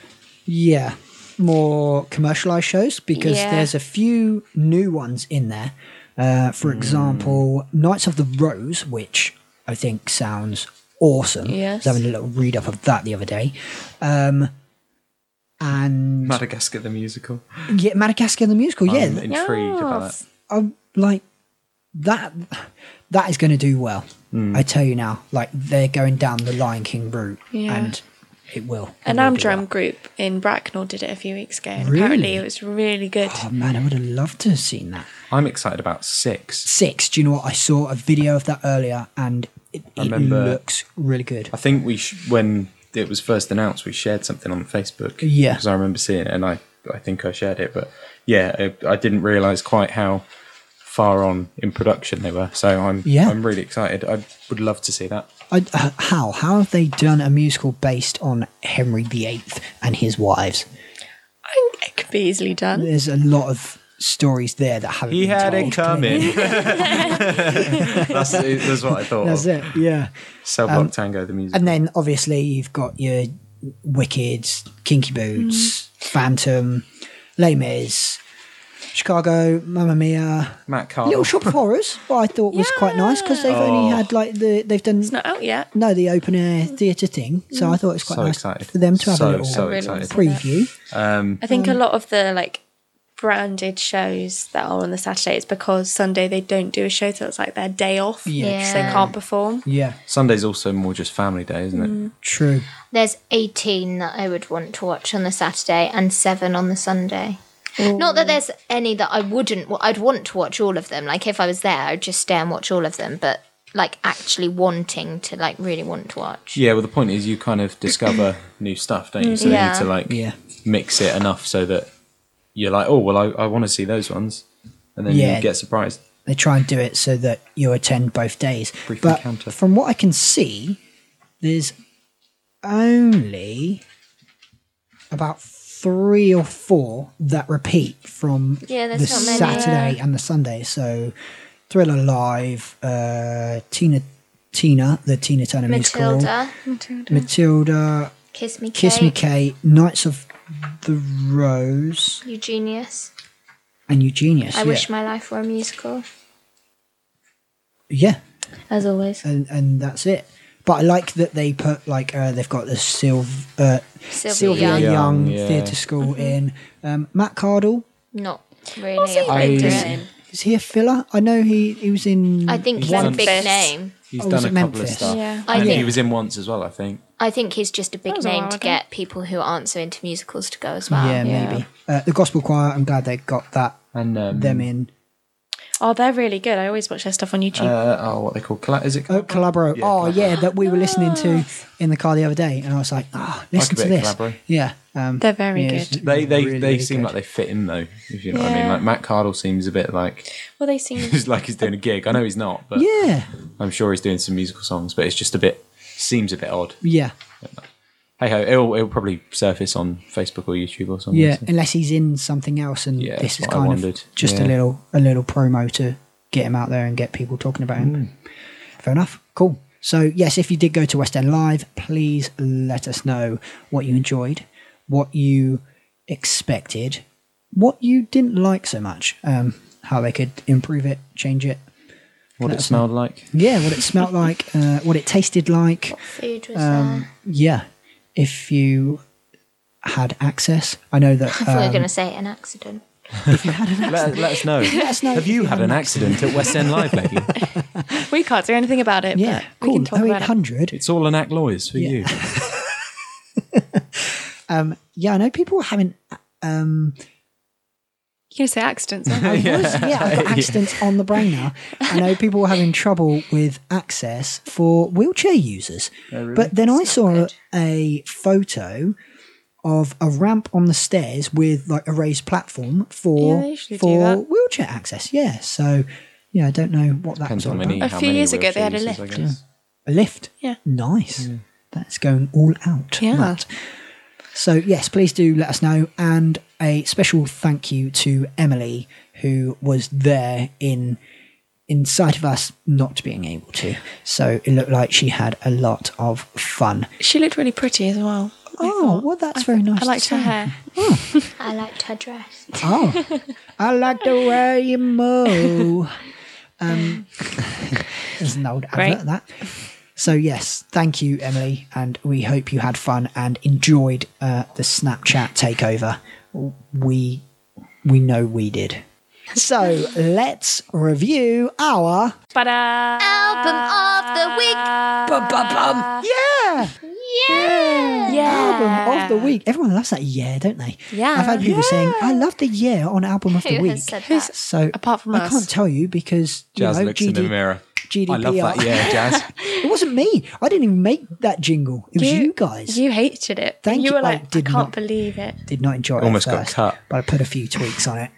[SPEAKER 1] Yeah, more commercialized shows because
[SPEAKER 4] Yeah.
[SPEAKER 1] there's a few new ones in there. Uh, for
[SPEAKER 4] Hmm.
[SPEAKER 1] example, Knights of the Rose, which I think sounds awesome.
[SPEAKER 4] Yes.
[SPEAKER 1] I was having a little read up of that the other day. Um, and
[SPEAKER 2] Madagascar the musical.
[SPEAKER 1] yeah, Madagascar the musical. Yeah,
[SPEAKER 2] I'm intrigued about that.
[SPEAKER 1] I'm like that. That is going to do well. I tell you now. Like they're going down the Lion King route,
[SPEAKER 4] Yeah.
[SPEAKER 1] and it will. It
[SPEAKER 4] An
[SPEAKER 1] will do
[SPEAKER 4] Amdram
[SPEAKER 1] well.
[SPEAKER 4] group in Bracknell did it a few weeks ago. and Apparently,
[SPEAKER 1] Really?
[SPEAKER 4] it was really good.
[SPEAKER 1] Oh man, I would have loved to have seen that.
[SPEAKER 2] I'm excited about six.
[SPEAKER 1] six. Do you know what? I saw a video of that earlier, and it,
[SPEAKER 2] I
[SPEAKER 1] it
[SPEAKER 2] remember-
[SPEAKER 1] looks really good.
[SPEAKER 2] I think we sh- when it was first announced, we shared something on Facebook.
[SPEAKER 1] Yeah.
[SPEAKER 2] because I remember seeing it, and I I think I shared it, but yeah, I, I didn't realise quite how far on in production they were. So I'm
[SPEAKER 1] Yeah.
[SPEAKER 2] I'm really excited. I would love to see that.
[SPEAKER 1] I, uh, how how have they done a musical based on Henry VIII and his wives?
[SPEAKER 4] I think it could be easily done.
[SPEAKER 1] There's a lot of stories there that haven't. been told.
[SPEAKER 2] that's, that's what I thought.
[SPEAKER 1] That's
[SPEAKER 2] of.
[SPEAKER 1] it. Yeah,
[SPEAKER 2] Cell Block Tango the musical.
[SPEAKER 1] and then obviously you've got your Wicked, Kinky Boots, Phantom, Les Mis, Chicago, Mamma Mia,
[SPEAKER 2] Matt Carter.
[SPEAKER 1] Little Shop of Horrors. What I thought was quite nice because they've only
[SPEAKER 2] Oh.
[SPEAKER 1] had like the they've done
[SPEAKER 4] It's not out yet.
[SPEAKER 1] No, the open air theatre thing. So I thought it was quite
[SPEAKER 2] So
[SPEAKER 1] nice
[SPEAKER 2] excited.
[SPEAKER 1] for them to have
[SPEAKER 2] So,
[SPEAKER 1] a little
[SPEAKER 2] so
[SPEAKER 4] Really
[SPEAKER 2] excited.
[SPEAKER 1] preview.
[SPEAKER 4] I think a
[SPEAKER 1] Mm.
[SPEAKER 4] lot of the like branded shows that are on the Saturday it's because Sunday they don't do a show, so it's like their day off.
[SPEAKER 1] Yeah,
[SPEAKER 4] So they can't perform.
[SPEAKER 1] Yeah,
[SPEAKER 2] Sunday's also more just family day, isn't
[SPEAKER 1] Mm.
[SPEAKER 2] it?
[SPEAKER 1] true.
[SPEAKER 3] There's 18 that I would want to watch on the Saturday and seven on the Sunday. Not that there's any that I wouldn't. wa- I'd want to watch all of them. Like if I was there, I'd just stay and watch all of them. But like actually wanting to, like really want to watch.
[SPEAKER 2] Yeah, well, the point is you kind of discover new stuff, don't you? So
[SPEAKER 3] Yeah.
[SPEAKER 2] you need to like
[SPEAKER 1] Yeah.
[SPEAKER 2] mix it enough so that you're like, oh, well, I, I want to see those ones, and then
[SPEAKER 1] Yeah.
[SPEAKER 2] you get surprised.
[SPEAKER 1] They try and do it so that you attend both days.
[SPEAKER 2] Brief
[SPEAKER 1] but
[SPEAKER 2] encounter.
[SPEAKER 1] from what I can see, there's only about three or four that repeat from
[SPEAKER 3] Yeah,
[SPEAKER 1] the
[SPEAKER 3] there's not many.
[SPEAKER 1] Saturday and the Sunday. So Thriller Live, uh, Tina, Tina, the Tina Turner musical,
[SPEAKER 3] Matilda,
[SPEAKER 1] Matilda,
[SPEAKER 3] Kiss Me,
[SPEAKER 1] Kiss Me Kate, Knights of the Rose,
[SPEAKER 3] Eugenius.
[SPEAKER 1] and Eugenius.
[SPEAKER 3] I
[SPEAKER 1] yeah.
[SPEAKER 3] wish my life were a musical,
[SPEAKER 1] yeah,
[SPEAKER 3] as always.
[SPEAKER 1] and and that's it. But I like that they put like uh, they've got the Sylv- uh,
[SPEAKER 3] Sylvia,
[SPEAKER 1] Sylvia
[SPEAKER 3] Young.
[SPEAKER 1] Young,
[SPEAKER 3] Mm-hmm.
[SPEAKER 2] Young, yeah.
[SPEAKER 1] Theatre School in um, Matt Cardle.
[SPEAKER 3] Not really.
[SPEAKER 4] What's he
[SPEAKER 3] I,
[SPEAKER 4] been
[SPEAKER 2] I-
[SPEAKER 4] doing?
[SPEAKER 1] Is he a filler? I know he he was in.
[SPEAKER 3] I think he's
[SPEAKER 2] One
[SPEAKER 3] a big
[SPEAKER 4] fifth.
[SPEAKER 3] name.
[SPEAKER 2] He's
[SPEAKER 1] Oh, was
[SPEAKER 2] done a
[SPEAKER 1] it
[SPEAKER 2] couple
[SPEAKER 1] Memphis?
[SPEAKER 2] of stuff.
[SPEAKER 4] Yeah.
[SPEAKER 3] I
[SPEAKER 2] and he
[SPEAKER 3] think-
[SPEAKER 2] was in once as well, I think.
[SPEAKER 3] I think he's just a big
[SPEAKER 4] was a
[SPEAKER 3] name
[SPEAKER 4] while
[SPEAKER 3] to
[SPEAKER 4] ago.
[SPEAKER 3] get people who aren't so into musicals to go as well.
[SPEAKER 1] yeah, maybe uh, the Gospel Choir. I'm glad they got that
[SPEAKER 2] And um,
[SPEAKER 1] them in.
[SPEAKER 4] Oh, they're really good. I always watch their stuff on YouTube.
[SPEAKER 2] Uh, oh, what they call colla- is it?
[SPEAKER 1] Oh, Collaboro.
[SPEAKER 2] Yeah,
[SPEAKER 1] oh,
[SPEAKER 2] Collabro.
[SPEAKER 1] yeah, that we were listening to
[SPEAKER 3] Ah.
[SPEAKER 1] in the car the other day, and I was like, ah, listen
[SPEAKER 2] a
[SPEAKER 1] to
[SPEAKER 2] bit
[SPEAKER 1] this.
[SPEAKER 2] of Collabro.
[SPEAKER 1] Yeah, um,
[SPEAKER 4] They're very
[SPEAKER 1] yeah, it's
[SPEAKER 4] good.
[SPEAKER 2] They they,
[SPEAKER 1] really,
[SPEAKER 2] they
[SPEAKER 1] really
[SPEAKER 2] seem
[SPEAKER 1] good.
[SPEAKER 2] like they fit in though. If you know what I mean,
[SPEAKER 4] Yeah.
[SPEAKER 2] like Matt Cardle seems a bit like
[SPEAKER 4] well, they seem
[SPEAKER 2] he's like he's doing a gig. I know he's not, but
[SPEAKER 1] yeah,
[SPEAKER 2] I'm sure he's doing some musical songs. But it's just a bit seems a bit odd.
[SPEAKER 1] yeah.
[SPEAKER 2] Hey ho, it'll, it'll probably surface on Facebook or YouTube or something.
[SPEAKER 1] Yeah,
[SPEAKER 2] so-
[SPEAKER 1] unless he's in something else, and
[SPEAKER 2] Yeah,
[SPEAKER 1] this is
[SPEAKER 2] that's what I
[SPEAKER 1] kind
[SPEAKER 2] wondered.
[SPEAKER 1] of just a
[SPEAKER 2] Yeah.
[SPEAKER 1] little a little promo to get him out there and get people talking about
[SPEAKER 2] Mm.
[SPEAKER 1] him. Fair enough. Cool. So yes, if you did go to West End Live, please let us know what you enjoyed, what you expected, what you didn't like so much. Um, how they could improve it, change it.
[SPEAKER 2] What
[SPEAKER 1] Let
[SPEAKER 2] it
[SPEAKER 1] us know.
[SPEAKER 2] smelled like.
[SPEAKER 1] Yeah, what it smelled like, uh, what it tasted like.
[SPEAKER 3] Food was
[SPEAKER 1] Um, yeah, if you had access, I know that.
[SPEAKER 3] there. I thought you were
[SPEAKER 1] um,
[SPEAKER 3] going to say an accident.
[SPEAKER 2] Let, let us know.
[SPEAKER 1] know
[SPEAKER 2] Have
[SPEAKER 1] if
[SPEAKER 2] you
[SPEAKER 1] you
[SPEAKER 2] had
[SPEAKER 1] had
[SPEAKER 2] an accident at West End Live, lady?
[SPEAKER 4] We can't do anything about it.
[SPEAKER 1] yeah,
[SPEAKER 4] but We
[SPEAKER 1] cool. Oh,
[SPEAKER 4] can talk about it.
[SPEAKER 1] 0800.
[SPEAKER 2] It's all an act lawyers for you.
[SPEAKER 1] Yeah, I know people haven't. Um,
[SPEAKER 4] You can say accidents. aren't
[SPEAKER 1] I
[SPEAKER 4] you?
[SPEAKER 1] was- yeah, I've got accidents on the brain now. I know people were having trouble with access for wheelchair users.
[SPEAKER 2] Oh,
[SPEAKER 1] But then I saw a photo of a ramp on the stairs with like a raised platform
[SPEAKER 4] Yeah,
[SPEAKER 1] for
[SPEAKER 4] they usually do
[SPEAKER 1] for
[SPEAKER 4] that.
[SPEAKER 1] wheelchair access. Yeah, so yeah, I don't know what that
[SPEAKER 2] Depends
[SPEAKER 1] was
[SPEAKER 2] how
[SPEAKER 1] all
[SPEAKER 2] many.
[SPEAKER 1] about.
[SPEAKER 4] A
[SPEAKER 2] how
[SPEAKER 4] few
[SPEAKER 2] many
[SPEAKER 4] years ago, they had a
[SPEAKER 2] wheelchair users, I
[SPEAKER 4] lift.
[SPEAKER 2] guess.
[SPEAKER 1] A lift.
[SPEAKER 4] Yeah.
[SPEAKER 1] Nice. That's going all out.
[SPEAKER 4] Yeah.
[SPEAKER 1] that. So, yes, please do let us know. And a special thank you to Emily, who was there in in sight of us not being able to. So it looked like she had a lot of fun.
[SPEAKER 4] She looked really pretty as well. I
[SPEAKER 1] Oh,
[SPEAKER 4] thought.
[SPEAKER 1] well, that's
[SPEAKER 4] I
[SPEAKER 1] very
[SPEAKER 4] thought-
[SPEAKER 1] nice to
[SPEAKER 4] I liked her
[SPEAKER 1] say.
[SPEAKER 4] hair.
[SPEAKER 3] I liked her dress.
[SPEAKER 1] Oh, I like the way you mow. Um, there's an old advert
[SPEAKER 4] Great.
[SPEAKER 1] that. So yes, thank you, Emily, and we hope you had fun and enjoyed uh, the Snapchat takeover. We we know we did. So let's review our
[SPEAKER 4] Ba-da!
[SPEAKER 3] Album of the week.
[SPEAKER 1] yeah
[SPEAKER 3] Yeah.
[SPEAKER 1] album of the week. Everyone loves that yeah, don't they?
[SPEAKER 4] Yeah.
[SPEAKER 1] I've had people saying I love the yeah on album of the
[SPEAKER 3] Who
[SPEAKER 1] week.
[SPEAKER 3] has said
[SPEAKER 4] Who's-
[SPEAKER 3] that?
[SPEAKER 1] So
[SPEAKER 4] Apart from
[SPEAKER 1] I
[SPEAKER 4] us.
[SPEAKER 1] can't tell you because you
[SPEAKER 2] Jazz
[SPEAKER 1] know,
[SPEAKER 2] looks
[SPEAKER 1] GD
[SPEAKER 2] in the mirror.
[SPEAKER 1] GDPR.
[SPEAKER 2] I love that. Yeah, Jazz.
[SPEAKER 1] It wasn't me. I didn't even make that jingle. It was you, guys.
[SPEAKER 4] You hated it.
[SPEAKER 1] Thank
[SPEAKER 4] you.
[SPEAKER 1] you,
[SPEAKER 4] were
[SPEAKER 1] I
[SPEAKER 4] like, I,
[SPEAKER 1] did
[SPEAKER 4] can't
[SPEAKER 1] not.
[SPEAKER 4] believe it.
[SPEAKER 1] Did not enjoy it. at
[SPEAKER 2] Almost got
[SPEAKER 1] first,
[SPEAKER 2] cut.
[SPEAKER 1] But I put a few tweaks on it.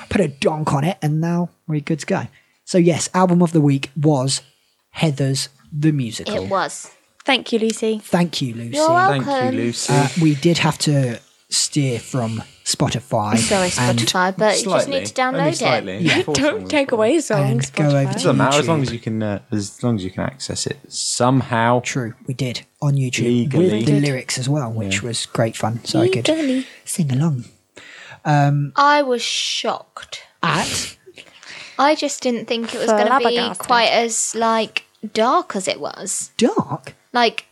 [SPEAKER 1] I put a donk on it, and now we're good to go. So yes, album of the week was Heather's the musical.
[SPEAKER 3] It was.
[SPEAKER 4] Thank you, Lucy.
[SPEAKER 1] Thank you, Lucy.
[SPEAKER 3] You're welcome.
[SPEAKER 2] Thank you, Lucy.
[SPEAKER 1] Uh, we did have to steer from Spotify.
[SPEAKER 3] Sorry,
[SPEAKER 1] and-
[SPEAKER 3] Spotify, but you just need to
[SPEAKER 2] only
[SPEAKER 3] download
[SPEAKER 2] slightly.
[SPEAKER 3] it.
[SPEAKER 2] Yeah. Four
[SPEAKER 4] Don't
[SPEAKER 2] songs.
[SPEAKER 4] take away songs.
[SPEAKER 1] And go over
[SPEAKER 4] Spotify.
[SPEAKER 1] to-
[SPEAKER 2] Doesn't matter as
[SPEAKER 1] YouTube.
[SPEAKER 2] long as you can uh, as long as you can access it somehow.
[SPEAKER 1] True, we did on YouTube
[SPEAKER 2] Legally.
[SPEAKER 1] with the lyrics as well, which was great fun. So I could sing along
[SPEAKER 3] I was shocked.
[SPEAKER 1] at
[SPEAKER 3] I just didn't think it was going to be
[SPEAKER 4] Flabbergasted.
[SPEAKER 3] quite as like dark as it was.
[SPEAKER 1] dark.
[SPEAKER 3] Like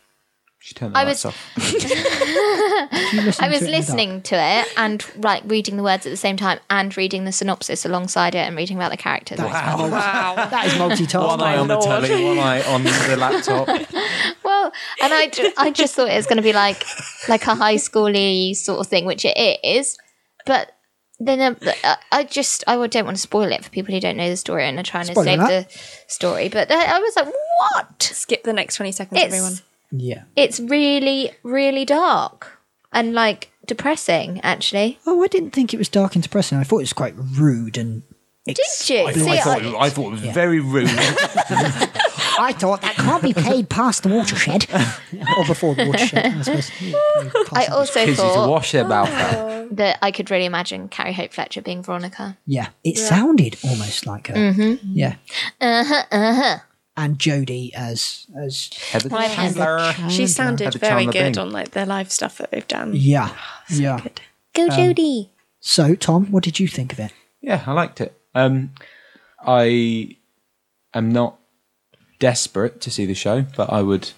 [SPEAKER 2] Should turn the
[SPEAKER 3] I
[SPEAKER 2] lights
[SPEAKER 3] was-
[SPEAKER 2] off.
[SPEAKER 1] Did you listen
[SPEAKER 3] I was
[SPEAKER 1] to it in the dark?
[SPEAKER 3] listening to it and like reading the words at the same time and reading the synopsis alongside it and reading about the characters.
[SPEAKER 4] Wow.
[SPEAKER 1] That is multitasking.
[SPEAKER 2] One eye on the
[SPEAKER 4] lord.
[SPEAKER 2] telly, one eye on the laptop.
[SPEAKER 3] Well, and I, ju- I just thought it was going to be like like a high schooly sort of thing, which it is. But then um, I- I just I don't want to spoil it for people who don't know the story and are trying
[SPEAKER 1] Spoiler
[SPEAKER 3] to save
[SPEAKER 1] alert.
[SPEAKER 3] the story. But I I was like, what?
[SPEAKER 4] Skip the next 20 seconds, everyone.
[SPEAKER 3] It's
[SPEAKER 1] yeah.
[SPEAKER 3] it's really really dark and like depressing actually.
[SPEAKER 1] Oh, I didn't think it was dark and depressing. I thought it was quite rude and.
[SPEAKER 3] Did you?
[SPEAKER 1] I
[SPEAKER 3] See,
[SPEAKER 1] thought-
[SPEAKER 2] I,
[SPEAKER 1] Yeah,
[SPEAKER 2] thought, I thought it was very rude.
[SPEAKER 1] I thought that can't be played past the watershed or before the watershed. I, suppose. Yeah, played past
[SPEAKER 3] I
[SPEAKER 1] the-
[SPEAKER 3] also
[SPEAKER 2] Kids used to
[SPEAKER 3] thought
[SPEAKER 2] wash their mouth out.
[SPEAKER 3] that I could really imagine Carrie Hope Fletcher being Veronica.
[SPEAKER 1] yeah, it sounded almost like her. Yeah. Uh huh. Uh huh. And Jodie as as
[SPEAKER 2] Heather Chandler.
[SPEAKER 4] She sounded
[SPEAKER 2] Had the
[SPEAKER 4] very
[SPEAKER 2] Chandler
[SPEAKER 4] good
[SPEAKER 2] Bing.
[SPEAKER 4] on like their live stuff that they've done.
[SPEAKER 1] yeah yeah. Um,
[SPEAKER 4] Good.
[SPEAKER 3] Go Jodie.
[SPEAKER 1] So Tom, what did you think of it?
[SPEAKER 2] Yeah, I liked it. Um, I am not desperate to see the show, but I would,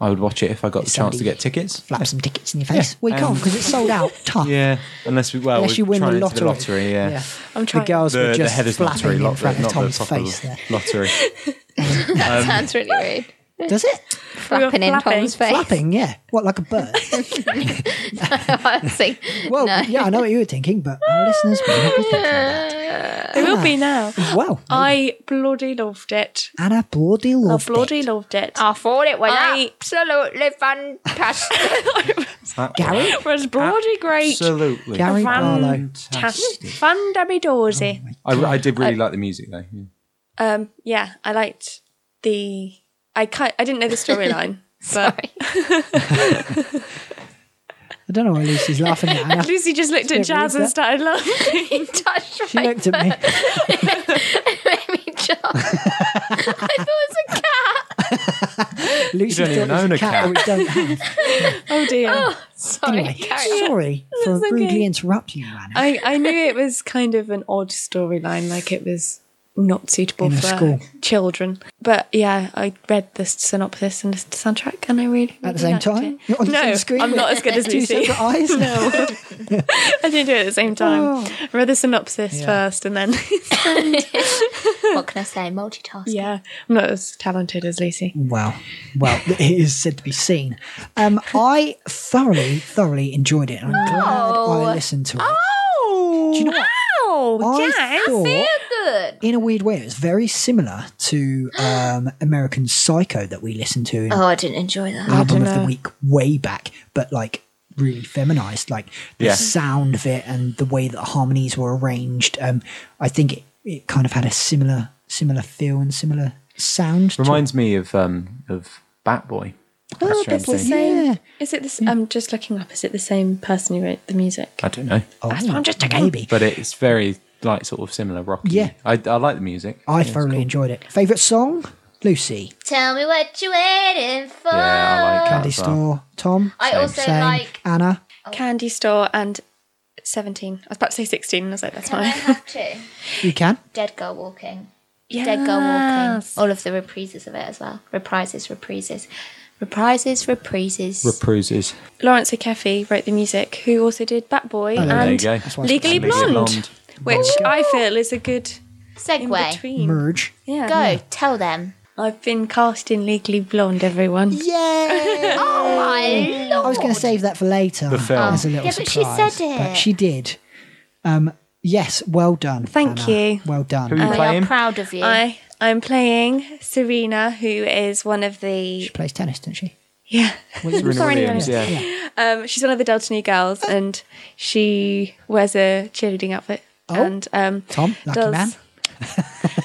[SPEAKER 2] I would watch it if I got the chance to
[SPEAKER 1] somebody-
[SPEAKER 2] get tickets.
[SPEAKER 1] Flap some tickets in your face. we
[SPEAKER 2] um,
[SPEAKER 1] can't because it's sold out. Tough.
[SPEAKER 2] Yeah, unless we well,
[SPEAKER 1] Unless
[SPEAKER 2] we're
[SPEAKER 1] you win the
[SPEAKER 2] trying
[SPEAKER 1] lottery.
[SPEAKER 2] into the lottery. Yeah,
[SPEAKER 4] I'm trying.
[SPEAKER 1] The girls
[SPEAKER 2] the,
[SPEAKER 1] were
[SPEAKER 2] the
[SPEAKER 1] just
[SPEAKER 2] headers
[SPEAKER 1] flapping
[SPEAKER 2] lottery,
[SPEAKER 1] in
[SPEAKER 2] lottery,
[SPEAKER 1] front of
[SPEAKER 2] not
[SPEAKER 1] Tom's
[SPEAKER 2] the top
[SPEAKER 1] face
[SPEAKER 2] of
[SPEAKER 1] there.
[SPEAKER 2] lottery.
[SPEAKER 3] Sounds really rude.
[SPEAKER 1] Um, Does it?
[SPEAKER 3] Flapping in
[SPEAKER 4] flapping.
[SPEAKER 3] Tom's face.
[SPEAKER 1] Flapping, yeah. What, like a bird?
[SPEAKER 3] I was like,
[SPEAKER 1] Well, yeah, I know what you were thinking, but our listeners may not be thinking that.
[SPEAKER 4] They will be now.
[SPEAKER 1] Well,
[SPEAKER 4] I bloody loved it.
[SPEAKER 1] Anna bloody
[SPEAKER 4] I
[SPEAKER 1] loved
[SPEAKER 4] bloody
[SPEAKER 1] it.
[SPEAKER 4] loved it.
[SPEAKER 3] I thought it was
[SPEAKER 4] I-
[SPEAKER 3] absolutely fantastic.
[SPEAKER 2] That
[SPEAKER 1] Gary?
[SPEAKER 4] It was bloody great.
[SPEAKER 2] Absolutely.
[SPEAKER 1] Gary Barlow.
[SPEAKER 4] Fantastic.
[SPEAKER 2] Fantastic.
[SPEAKER 4] Fun Debbie
[SPEAKER 1] Oh
[SPEAKER 4] Dawsey.
[SPEAKER 2] I, I did really like the music though. yeah.
[SPEAKER 4] Um, yeah, I liked the. I can I didn't know the storyline, but
[SPEAKER 3] Sorry.
[SPEAKER 1] I don't know why Lucy's laughing at Anna.
[SPEAKER 4] Lucy just looked at
[SPEAKER 1] Don't read
[SPEAKER 4] Jazz and
[SPEAKER 1] that.
[SPEAKER 4] started laughing.
[SPEAKER 3] He touched
[SPEAKER 1] She
[SPEAKER 3] my
[SPEAKER 1] looked at me.
[SPEAKER 3] baby jaw. I thought it was a cat.
[SPEAKER 1] Lucy
[SPEAKER 2] don't even
[SPEAKER 1] thought
[SPEAKER 2] own
[SPEAKER 1] there's
[SPEAKER 2] a
[SPEAKER 1] a cat, that we don't have.
[SPEAKER 4] Oh dear.
[SPEAKER 3] Sorry,
[SPEAKER 1] Anyway,
[SPEAKER 3] carry on.
[SPEAKER 1] sorry for
[SPEAKER 4] That's
[SPEAKER 1] rudely
[SPEAKER 4] okay.
[SPEAKER 1] interrupting you, Anna,
[SPEAKER 4] I, I knew it was kind of an odd storyline, like it was not suitable
[SPEAKER 1] In a
[SPEAKER 4] for
[SPEAKER 1] school.
[SPEAKER 4] children. But yeah, I read the synopsis and the soundtrack, and I really
[SPEAKER 1] at the
[SPEAKER 4] really
[SPEAKER 1] same
[SPEAKER 4] liked
[SPEAKER 1] time.
[SPEAKER 4] it.
[SPEAKER 1] Not on the
[SPEAKER 4] No,
[SPEAKER 1] same screen
[SPEAKER 4] I'm
[SPEAKER 1] with
[SPEAKER 4] not as good as
[SPEAKER 1] two
[SPEAKER 4] Lucy.
[SPEAKER 1] separate eyes.
[SPEAKER 4] No, I didn't do it at the same time.
[SPEAKER 1] Oh.
[SPEAKER 4] I read the synopsis
[SPEAKER 1] Yeah.
[SPEAKER 4] first, and then
[SPEAKER 3] What can I say? Multitasking.
[SPEAKER 4] yeah, I'm not as talented as Lucy.
[SPEAKER 1] Well, well, it is said to be seen. Um, I thoroughly, thoroughly enjoyed it, and I'm glad I listened to it.
[SPEAKER 4] Oh,
[SPEAKER 1] Do you know what? I thought,
[SPEAKER 3] Good.
[SPEAKER 1] in a weird way, it was very similar to um, American Psycho that we listened to in
[SPEAKER 3] Oh, I didn't enjoy that.
[SPEAKER 1] album of
[SPEAKER 4] dunno.
[SPEAKER 1] the week way back, but like really feminized, like the
[SPEAKER 2] Yeah.
[SPEAKER 1] sound of it and the way that the harmonies were arranged. Um, I think it, it kind of had a similar similar feel and similar sound. to
[SPEAKER 2] Reminds me of um, of Batboy.
[SPEAKER 4] Oh,
[SPEAKER 2] Strange
[SPEAKER 4] that's the
[SPEAKER 2] thing.
[SPEAKER 4] same.
[SPEAKER 1] Yeah.
[SPEAKER 4] Is it this? I'm just looking up. Is it the same person who wrote the music?
[SPEAKER 2] I don't know,
[SPEAKER 1] Oh,
[SPEAKER 4] That's what I'm just checking.
[SPEAKER 1] Maybe.
[SPEAKER 2] but it's very like sort of similar rocky.
[SPEAKER 1] Yeah.
[SPEAKER 2] I, I like the music.
[SPEAKER 1] I thoroughly enjoyed it. Favorite song? Lucy.
[SPEAKER 3] Tell me what you're waiting for.
[SPEAKER 2] Yeah, I like that.
[SPEAKER 1] Candy
[SPEAKER 2] as well.
[SPEAKER 1] Store. Tom.
[SPEAKER 3] I
[SPEAKER 2] Same.
[SPEAKER 3] also
[SPEAKER 1] Same.
[SPEAKER 3] like.
[SPEAKER 1] Anna.
[SPEAKER 4] Candy Store and 17. I was about to say 16. I was like, that's
[SPEAKER 3] Can I
[SPEAKER 4] mine.
[SPEAKER 3] have two?
[SPEAKER 1] You can.
[SPEAKER 3] Dead Girl Walking.
[SPEAKER 4] Yeah.
[SPEAKER 3] Dead Girl Walking. All of the reprises of it as well. Reprises, reprises. Reprises, reprises.
[SPEAKER 2] Reprises.
[SPEAKER 4] Lawrence O'Keefe wrote the music, who also did Bat Boy
[SPEAKER 1] Oh,
[SPEAKER 4] and
[SPEAKER 1] there
[SPEAKER 2] you go. That's
[SPEAKER 1] why it's
[SPEAKER 4] Legally
[SPEAKER 1] called
[SPEAKER 2] Legally
[SPEAKER 4] Blonde,
[SPEAKER 2] Blonde.
[SPEAKER 4] which I feel is a good in
[SPEAKER 3] Segway.
[SPEAKER 4] between.
[SPEAKER 1] Merge.
[SPEAKER 4] Yeah.
[SPEAKER 3] Go, tell them.
[SPEAKER 4] I've been cast in Legally Blonde, everyone.
[SPEAKER 1] Yay!
[SPEAKER 3] Oh my lord.
[SPEAKER 1] I was going to save that for later.
[SPEAKER 2] The film.
[SPEAKER 1] As a little
[SPEAKER 3] Yeah, but she
[SPEAKER 1] surprise,
[SPEAKER 3] said
[SPEAKER 1] but
[SPEAKER 3] it.
[SPEAKER 1] she did. Um, yes, well done.
[SPEAKER 4] Thank
[SPEAKER 1] Anna.
[SPEAKER 4] you.
[SPEAKER 1] Well done.
[SPEAKER 2] Who are you
[SPEAKER 3] We
[SPEAKER 2] playing?
[SPEAKER 3] are proud of you.
[SPEAKER 4] I I'm playing Serena, who is one of
[SPEAKER 1] She
[SPEAKER 4] the
[SPEAKER 1] plays tennis, doesn't she?
[SPEAKER 4] yeah.
[SPEAKER 2] Serena
[SPEAKER 4] Sorry,
[SPEAKER 2] Williams.
[SPEAKER 4] Lorna.
[SPEAKER 2] Yeah.
[SPEAKER 4] Um, she's one of the Delta Nu girls, and she wears a cheerleading outfit.
[SPEAKER 1] Oh.
[SPEAKER 4] and um,
[SPEAKER 1] Tom, lucky
[SPEAKER 4] does,
[SPEAKER 1] man.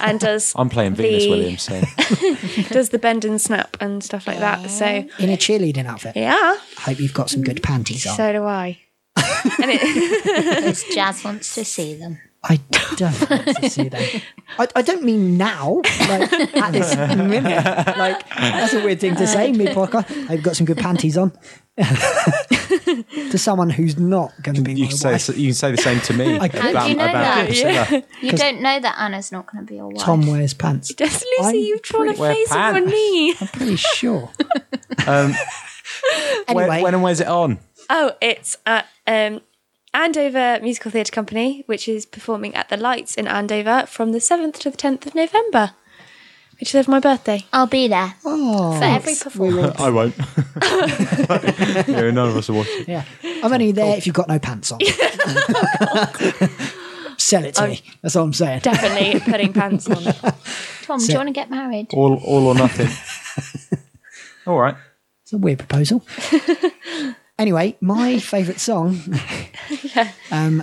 [SPEAKER 4] and does
[SPEAKER 2] I'm playing Venus
[SPEAKER 4] the-
[SPEAKER 2] Williams. So.
[SPEAKER 4] does the bend and snap and stuff like that. So
[SPEAKER 1] In a cheerleading outfit.
[SPEAKER 4] yeah,
[SPEAKER 1] Hope you've got some good panties on.
[SPEAKER 4] so do I. and it,
[SPEAKER 3] Because Jazz wants to see them.
[SPEAKER 1] I don't want to see them. I, I don't mean now, like at this minute. Like that's a weird thing to say, me podcast. I've got some good panties on. to someone who's not going to be
[SPEAKER 2] You
[SPEAKER 1] my
[SPEAKER 2] can
[SPEAKER 1] wife.
[SPEAKER 2] say you can say the same to me
[SPEAKER 1] I can.
[SPEAKER 3] How do you know that?
[SPEAKER 2] Priscilla.
[SPEAKER 3] You don't know that Anna's not going to be your wife.
[SPEAKER 1] Tom wears pants.
[SPEAKER 4] just
[SPEAKER 1] I'm
[SPEAKER 4] Lucy, you've drawn a
[SPEAKER 2] Wear
[SPEAKER 4] face on my
[SPEAKER 2] pants.
[SPEAKER 4] knee.
[SPEAKER 1] Pretty sure.
[SPEAKER 2] Um,
[SPEAKER 1] Anyway,
[SPEAKER 2] when, when and where's it on?
[SPEAKER 4] Oh, it's at um, Andover Musical Theatre Company, which is performing at the Lights in Andover from the seventh to the tenth of November, which is over my birthday.
[SPEAKER 3] I'll be there
[SPEAKER 1] oh,
[SPEAKER 3] for every performance.
[SPEAKER 2] I won't. yeah, none of us will watch it.
[SPEAKER 1] yeah. I'm only there if you've got no pants on. Sell it to me. That's all I'm saying.
[SPEAKER 4] Definitely putting pants on.
[SPEAKER 3] Tom, do you want to get married?
[SPEAKER 2] All, all or nothing. all right.
[SPEAKER 1] It's a weird proposal. anyway, my favourite song. um,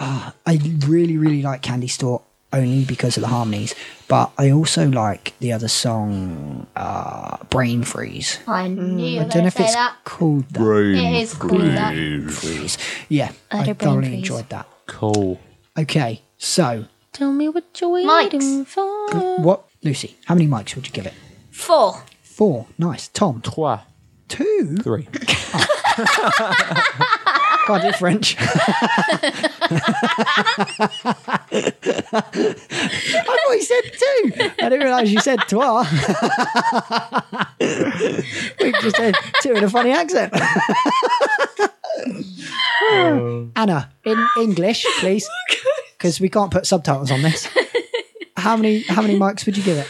[SPEAKER 1] ah, I really, really like Candy Store only because of the harmonies, but I also like the other song, uh, Brain Freeze.
[SPEAKER 3] I
[SPEAKER 2] Hmm,
[SPEAKER 3] knew you were
[SPEAKER 1] I don't
[SPEAKER 3] going
[SPEAKER 1] know
[SPEAKER 3] to
[SPEAKER 1] if
[SPEAKER 3] say
[SPEAKER 1] it's
[SPEAKER 3] that.
[SPEAKER 1] called that.
[SPEAKER 3] It is called that.
[SPEAKER 1] Freeze. Yeah,
[SPEAKER 3] I
[SPEAKER 1] I
[SPEAKER 3] do Brain
[SPEAKER 1] thoroughly
[SPEAKER 3] Freeze.
[SPEAKER 1] enjoyed that.
[SPEAKER 2] Cool.
[SPEAKER 1] Okay, so
[SPEAKER 4] Tell me what you're waiting
[SPEAKER 3] Mics.
[SPEAKER 4] for.
[SPEAKER 1] what, Lucy? How many mics would you give it?
[SPEAKER 3] Four.
[SPEAKER 1] Four. Nice. Tom,
[SPEAKER 2] Trois.
[SPEAKER 1] two.
[SPEAKER 2] Three.
[SPEAKER 1] Can't do French. I've always said two. I didn't realise you said trois. we just said two in a funny accent. Anna, in English, please, because we can't put subtitles on this. How many? How many mics would you give it?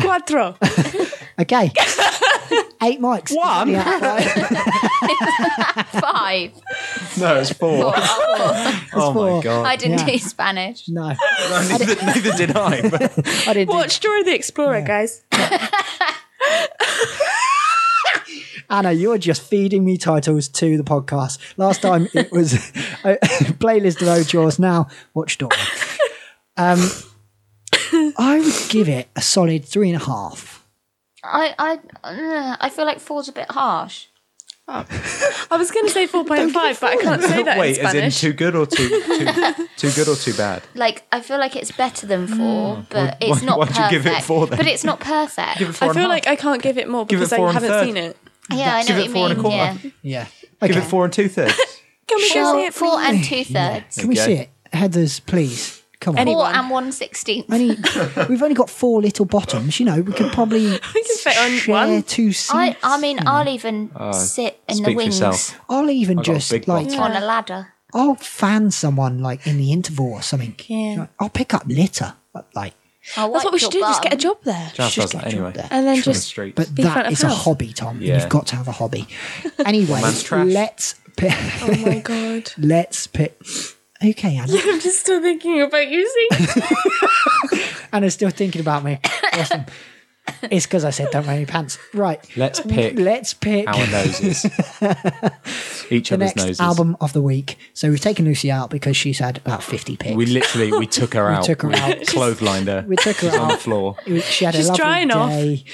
[SPEAKER 4] Cuatro.
[SPEAKER 1] Okay, eight mics.
[SPEAKER 2] One?
[SPEAKER 1] Yeah, right.
[SPEAKER 3] Five.
[SPEAKER 2] No, it's four. oh
[SPEAKER 1] four.
[SPEAKER 2] my god.
[SPEAKER 3] I didn't
[SPEAKER 1] Yeah.
[SPEAKER 3] do Spanish.
[SPEAKER 1] No,
[SPEAKER 2] neither, neither did I. But
[SPEAKER 1] I didn't. do
[SPEAKER 4] Watch Dora the Explorer, guys.
[SPEAKER 1] Anna, you're just feeding me titles to the podcast. Last time it was uh, playlist of old yours. Now watch Dora. Um, I would give it a solid three and a half.
[SPEAKER 3] I I uh, I feel like four's a bit harsh.
[SPEAKER 4] I was going to say 4.5, but I can't say that
[SPEAKER 2] Wait,
[SPEAKER 4] in
[SPEAKER 2] as in
[SPEAKER 4] Spanish.
[SPEAKER 2] too good or too too, too good or too bad?
[SPEAKER 3] Like I feel like it's better than four, but
[SPEAKER 2] Hmm. Why-
[SPEAKER 3] it's not
[SPEAKER 2] why'd you
[SPEAKER 3] perfect.
[SPEAKER 2] give it four then?
[SPEAKER 3] But it's not perfect.
[SPEAKER 2] Give it four
[SPEAKER 4] I
[SPEAKER 2] and a
[SPEAKER 4] feel
[SPEAKER 2] half.
[SPEAKER 4] like I can't give it more
[SPEAKER 2] Give it
[SPEAKER 4] because I
[SPEAKER 2] four and a
[SPEAKER 4] haven't
[SPEAKER 2] third.
[SPEAKER 4] seen it.
[SPEAKER 3] yeah, I know
[SPEAKER 2] Give
[SPEAKER 3] what
[SPEAKER 2] it
[SPEAKER 3] you
[SPEAKER 2] four
[SPEAKER 3] mean.
[SPEAKER 2] and a quarter.
[SPEAKER 3] Yeah.
[SPEAKER 1] Yeah.
[SPEAKER 2] Give
[SPEAKER 1] Okay.
[SPEAKER 2] it four and two thirds.
[SPEAKER 4] Can we go see
[SPEAKER 3] Four,
[SPEAKER 4] it?
[SPEAKER 3] four
[SPEAKER 4] please?
[SPEAKER 3] and two thirds.
[SPEAKER 1] Can we
[SPEAKER 2] Okay.
[SPEAKER 1] see it? Heathers, please. Come on.
[SPEAKER 4] Any-
[SPEAKER 3] Four
[SPEAKER 4] Anyone.
[SPEAKER 3] and one sixteenth.
[SPEAKER 1] Only, we've only got four little bottoms. You know, we could probably
[SPEAKER 4] We can fit on
[SPEAKER 1] share
[SPEAKER 4] one.
[SPEAKER 1] two seats.
[SPEAKER 3] I, I mean, I'll even sit in the
[SPEAKER 2] Speak for
[SPEAKER 3] wings
[SPEAKER 2] yourself.
[SPEAKER 1] I'll even
[SPEAKER 2] I've got a
[SPEAKER 1] just
[SPEAKER 2] big
[SPEAKER 1] like
[SPEAKER 2] bottom.
[SPEAKER 3] on a ladder.
[SPEAKER 1] I'll fan someone like in the interval or something.
[SPEAKER 4] Yeah.
[SPEAKER 1] I'll pick up litter. but, Like
[SPEAKER 3] I'll
[SPEAKER 4] That's
[SPEAKER 3] wipe
[SPEAKER 4] what we should do,
[SPEAKER 3] your
[SPEAKER 4] just get a
[SPEAKER 3] bum.
[SPEAKER 4] job there.
[SPEAKER 2] Jazz
[SPEAKER 1] Just
[SPEAKER 2] does
[SPEAKER 1] get
[SPEAKER 2] that
[SPEAKER 1] a job
[SPEAKER 2] anyway.
[SPEAKER 1] there.
[SPEAKER 4] And then
[SPEAKER 2] Sure.
[SPEAKER 4] just
[SPEAKER 2] Straight.
[SPEAKER 1] But
[SPEAKER 4] Be front
[SPEAKER 1] that
[SPEAKER 4] of
[SPEAKER 1] is a
[SPEAKER 4] house.
[SPEAKER 1] hobby, Tom.
[SPEAKER 2] Yeah.
[SPEAKER 1] You've got to have a hobby. Anyway,
[SPEAKER 2] man's trash.
[SPEAKER 1] let's pick.
[SPEAKER 4] Oh my god.
[SPEAKER 1] let's pick. Okay, Anna.
[SPEAKER 4] I'm just still thinking about using.
[SPEAKER 1] Anna's still thinking about me. Awesome. it's because I said don't wear any pants. Right.
[SPEAKER 2] Let's pick
[SPEAKER 1] Let's pick
[SPEAKER 2] our noses. Each
[SPEAKER 1] the
[SPEAKER 2] other's
[SPEAKER 1] next
[SPEAKER 2] noses.
[SPEAKER 1] album of the week. So we've taken Lucy out because she's had about fifty picks.
[SPEAKER 2] We literally we took her out.
[SPEAKER 1] took her
[SPEAKER 2] we
[SPEAKER 1] out.
[SPEAKER 2] Clotheslined her.
[SPEAKER 1] We took her
[SPEAKER 2] She's on
[SPEAKER 1] out.
[SPEAKER 2] the
[SPEAKER 1] Um,
[SPEAKER 2] floor.
[SPEAKER 1] she had
[SPEAKER 4] She's
[SPEAKER 1] a lovely
[SPEAKER 4] drying off.
[SPEAKER 1] day.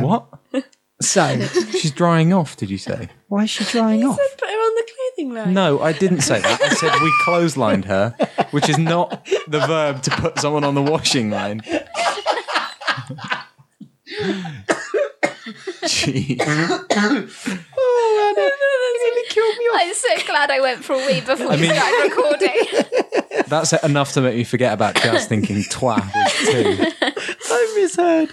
[SPEAKER 2] what?
[SPEAKER 1] So
[SPEAKER 2] She's drying off. Did you say?
[SPEAKER 1] why is she drying off?
[SPEAKER 4] Put her on the clothing line.
[SPEAKER 2] No, I didn't say that. I said we clotheslined her, which is not the verb to put someone on the washing line. Jeez.
[SPEAKER 1] Oh,
[SPEAKER 3] I'm so glad I went for a wee before we
[SPEAKER 2] mean-
[SPEAKER 3] started recording.
[SPEAKER 2] That's enough to make me forget about Jazz thinking twa was two.
[SPEAKER 1] I misheard.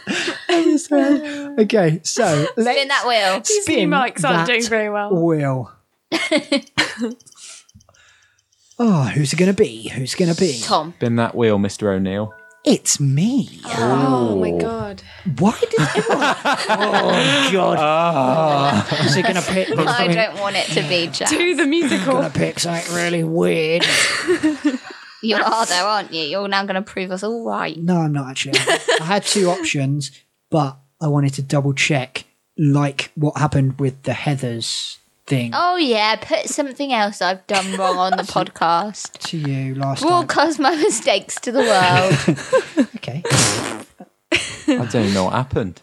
[SPEAKER 1] I misheard. Okay, so let's
[SPEAKER 3] Spin that wheel.
[SPEAKER 4] These new
[SPEAKER 1] spin
[SPEAKER 4] mics
[SPEAKER 1] that
[SPEAKER 4] aren't doing very well.
[SPEAKER 1] Wheel. oh, who's it going to be? Who's going to be?
[SPEAKER 3] Tom.
[SPEAKER 2] Been that wheel, Mr. O'Neill.
[SPEAKER 1] It's me.
[SPEAKER 4] Oh my god.
[SPEAKER 1] Why did everyone? oh God!
[SPEAKER 4] Ah.
[SPEAKER 1] Is he going to pick?
[SPEAKER 3] I
[SPEAKER 1] Going
[SPEAKER 3] don't want it to be Jack.
[SPEAKER 4] Do the musical.
[SPEAKER 1] to pick something really weird?
[SPEAKER 3] You are though, aren't you? You're now going to prove us all right.
[SPEAKER 1] No, I'm not actually. I had two options, but I wanted to double check, like what happened with the Heather's thing
[SPEAKER 3] Oh yeah, put something else I've done wrong on the podcast.
[SPEAKER 1] to you last time.
[SPEAKER 3] Broadcast my mistakes to the world.
[SPEAKER 1] Okay.
[SPEAKER 2] I don't know what happened.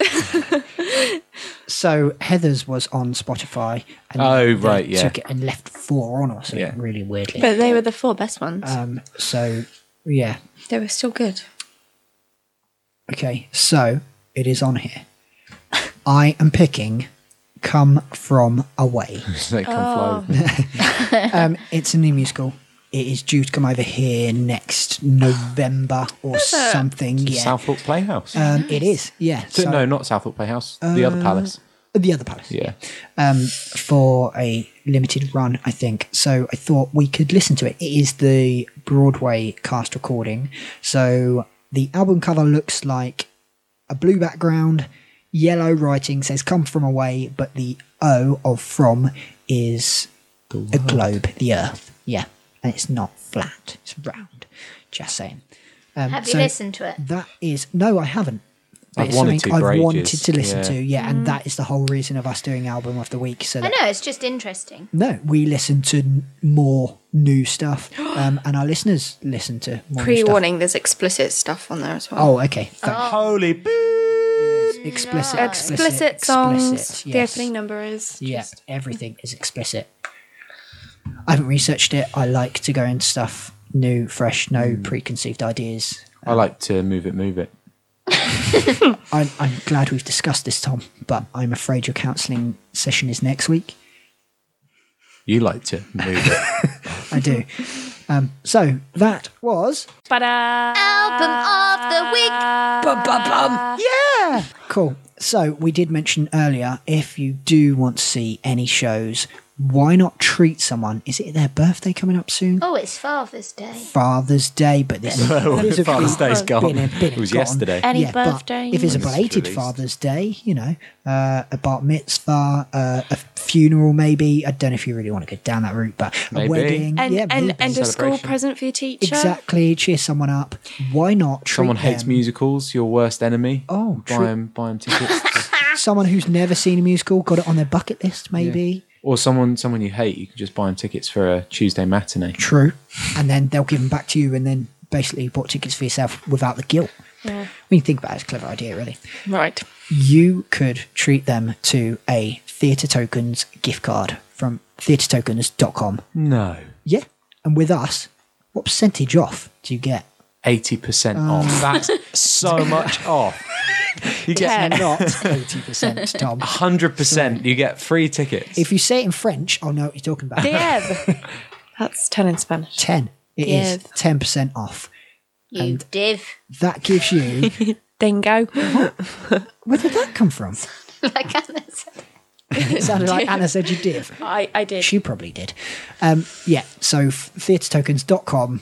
[SPEAKER 1] So Heather's was on Spotify. And
[SPEAKER 2] Oh,
[SPEAKER 1] they
[SPEAKER 2] right, yeah.
[SPEAKER 1] Took it and left four on or something
[SPEAKER 2] Yeah.
[SPEAKER 1] really weirdly.
[SPEAKER 4] But they were the four best ones.
[SPEAKER 1] Um, so yeah,
[SPEAKER 4] they were still good.
[SPEAKER 1] okay. So it is on here. I am picking "Come From Away."
[SPEAKER 2] They come
[SPEAKER 1] Oh,
[SPEAKER 2] fly with me.
[SPEAKER 1] Um, it's a new musical. It is due to come over here next November or something. Yeah,
[SPEAKER 2] Southwark Playhouse.
[SPEAKER 1] um, it is. Yeah,
[SPEAKER 2] So-
[SPEAKER 1] so- Uh,
[SPEAKER 2] no, not Southwark Playhouse. the other palace.
[SPEAKER 1] the other palace.
[SPEAKER 2] Yeah.
[SPEAKER 1] um, for a limited run, I think. So I thought we could listen to it. It is the Broadway cast recording. So the album cover looks like a blue background, yellow writing says come from away, but the O of from is a globe, the earth. Yeah. And it's not flat, it's round. Just saying. Um,
[SPEAKER 3] Have you
[SPEAKER 1] so-
[SPEAKER 3] listened to it?
[SPEAKER 1] that is no, I haven't. But
[SPEAKER 2] I've
[SPEAKER 1] it's
[SPEAKER 2] wanted
[SPEAKER 1] something
[SPEAKER 2] to for
[SPEAKER 1] I've
[SPEAKER 2] ages,
[SPEAKER 1] wanted to listen
[SPEAKER 2] yeah.
[SPEAKER 1] to, yeah, and that is the whole reason of us doing album of the week. So
[SPEAKER 3] I
[SPEAKER 1] that,
[SPEAKER 3] know it's just interesting.
[SPEAKER 1] no, we listen to n- more new stuff, um, and our listeners listen to more new
[SPEAKER 4] Pre
[SPEAKER 1] stuff.
[SPEAKER 4] warning, there's explicit stuff on there as well.
[SPEAKER 1] Oh, okay. Thank
[SPEAKER 2] Holy boo!
[SPEAKER 1] explicit,
[SPEAKER 4] explicit,
[SPEAKER 1] explicit
[SPEAKER 4] songs.
[SPEAKER 1] explicit,
[SPEAKER 4] The
[SPEAKER 1] yes.
[SPEAKER 4] opening number is.
[SPEAKER 1] Yeah, everything is explicit. I haven't researched it. I like to go into stuff new, fresh, no
[SPEAKER 2] Mm.
[SPEAKER 1] preconceived ideas.
[SPEAKER 2] I like to move it, move it.
[SPEAKER 1] I'm, I'm glad we've discussed this, Tom, but I'm afraid your counselling session is next week.
[SPEAKER 2] You like to move it.
[SPEAKER 1] I do. Um, so that was
[SPEAKER 4] Ba-da!
[SPEAKER 3] Album of the week. Bum, bum, bum.
[SPEAKER 1] yeah, cool. So we did mention earlier if you do want to see any shows, why not treat someone? Is it their birthday coming up soon?
[SPEAKER 3] Oh, it's Father's Day.
[SPEAKER 1] Father's Day, but this this would be-
[SPEAKER 2] Father's Day's gone.
[SPEAKER 1] been a- been
[SPEAKER 2] it was
[SPEAKER 1] gone.
[SPEAKER 2] yesterday.
[SPEAKER 4] Any
[SPEAKER 1] but
[SPEAKER 4] birthday?
[SPEAKER 1] if it's a
[SPEAKER 2] When this is
[SPEAKER 1] belated
[SPEAKER 2] released.
[SPEAKER 1] Father's Day, you know, uh, a bar mitzvah, uh, a funeral, maybe. I don't know if you really want to go down that route, but a
[SPEAKER 2] Maybe.
[SPEAKER 1] wedding,
[SPEAKER 4] And,
[SPEAKER 1] yeah,
[SPEAKER 4] and,
[SPEAKER 1] maybe.
[SPEAKER 4] and a school
[SPEAKER 2] Celebration.
[SPEAKER 4] present for your teacher.
[SPEAKER 1] exactly. Cheer someone up. Why not? Treat
[SPEAKER 2] Someone hates
[SPEAKER 1] them?
[SPEAKER 2] musicals. Your worst enemy.
[SPEAKER 1] Oh,
[SPEAKER 2] buy
[SPEAKER 1] true.
[SPEAKER 2] them, tickets.
[SPEAKER 1] someone who's never seen a musical got it on their bucket list maybe
[SPEAKER 2] or someone, someone you hate. You can just buy them tickets for a Tuesday matinee.
[SPEAKER 1] true and then they'll give them back to you and then basically you bought tickets for yourself without the guilt When you think about it, it's a clever idea, really.
[SPEAKER 4] Right.
[SPEAKER 1] You could treat them to a Theatre Tokens gift card from theatretokens.com.
[SPEAKER 2] No.
[SPEAKER 1] Yeah. And with us, what percentage off do you get?
[SPEAKER 2] 80%
[SPEAKER 1] Oh.
[SPEAKER 2] off. That's so much off. You get
[SPEAKER 4] Ten.
[SPEAKER 1] Not 80%, Tom.
[SPEAKER 2] 100%. You get free tickets.
[SPEAKER 1] If you say it in French, I'll know what you're talking about.
[SPEAKER 4] Diev. That's 10 in Spanish.
[SPEAKER 1] 10. It is
[SPEAKER 4] Div.
[SPEAKER 1] 10% off.
[SPEAKER 3] You div.
[SPEAKER 1] That gives you.
[SPEAKER 4] Dingo.
[SPEAKER 1] Where did that come from?
[SPEAKER 3] Like Anna said.
[SPEAKER 1] It sounded like Anna said you div.
[SPEAKER 4] I, I did.
[SPEAKER 1] She probably did. Um, yeah, so f- theatretokens.com,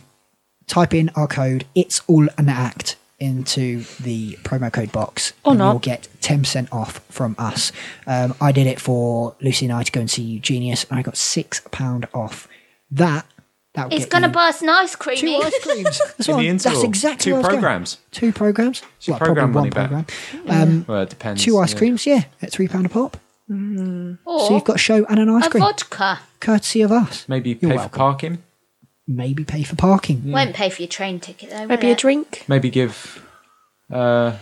[SPEAKER 1] type in our code, it's all an act, into the promo code box.
[SPEAKER 4] Or
[SPEAKER 1] and
[SPEAKER 4] not.
[SPEAKER 1] You'll get 10% off from us. Um, I did it for Lucy and I to go and see Genius, and I got £6 off. That, that would
[SPEAKER 3] It's
[SPEAKER 1] get
[SPEAKER 3] going to
[SPEAKER 1] you
[SPEAKER 3] buy us an ice cream.
[SPEAKER 1] Two ice creams. That's, what
[SPEAKER 2] the
[SPEAKER 1] I- that's
[SPEAKER 2] interval.
[SPEAKER 1] exactly
[SPEAKER 2] Two
[SPEAKER 1] where I was going.
[SPEAKER 2] programmes.
[SPEAKER 1] Two programs. Well,
[SPEAKER 2] programme
[SPEAKER 1] probably
[SPEAKER 2] money
[SPEAKER 1] one
[SPEAKER 2] back.
[SPEAKER 1] program. Um,
[SPEAKER 2] well, it depends.
[SPEAKER 1] two ice
[SPEAKER 2] yeah.
[SPEAKER 1] creams, yeah, at three pound a pop.
[SPEAKER 3] Or
[SPEAKER 1] So you've got a show and an ice
[SPEAKER 3] a
[SPEAKER 1] cream,
[SPEAKER 3] vodka.
[SPEAKER 1] courtesy of us.
[SPEAKER 2] Maybe
[SPEAKER 1] You're
[SPEAKER 2] pay for
[SPEAKER 1] welcome.
[SPEAKER 2] parking.
[SPEAKER 1] Maybe pay for parking.
[SPEAKER 3] Won't pay for your train ticket though.
[SPEAKER 4] Maybe
[SPEAKER 3] will
[SPEAKER 4] a
[SPEAKER 3] it?
[SPEAKER 4] drink.
[SPEAKER 2] Maybe give uh,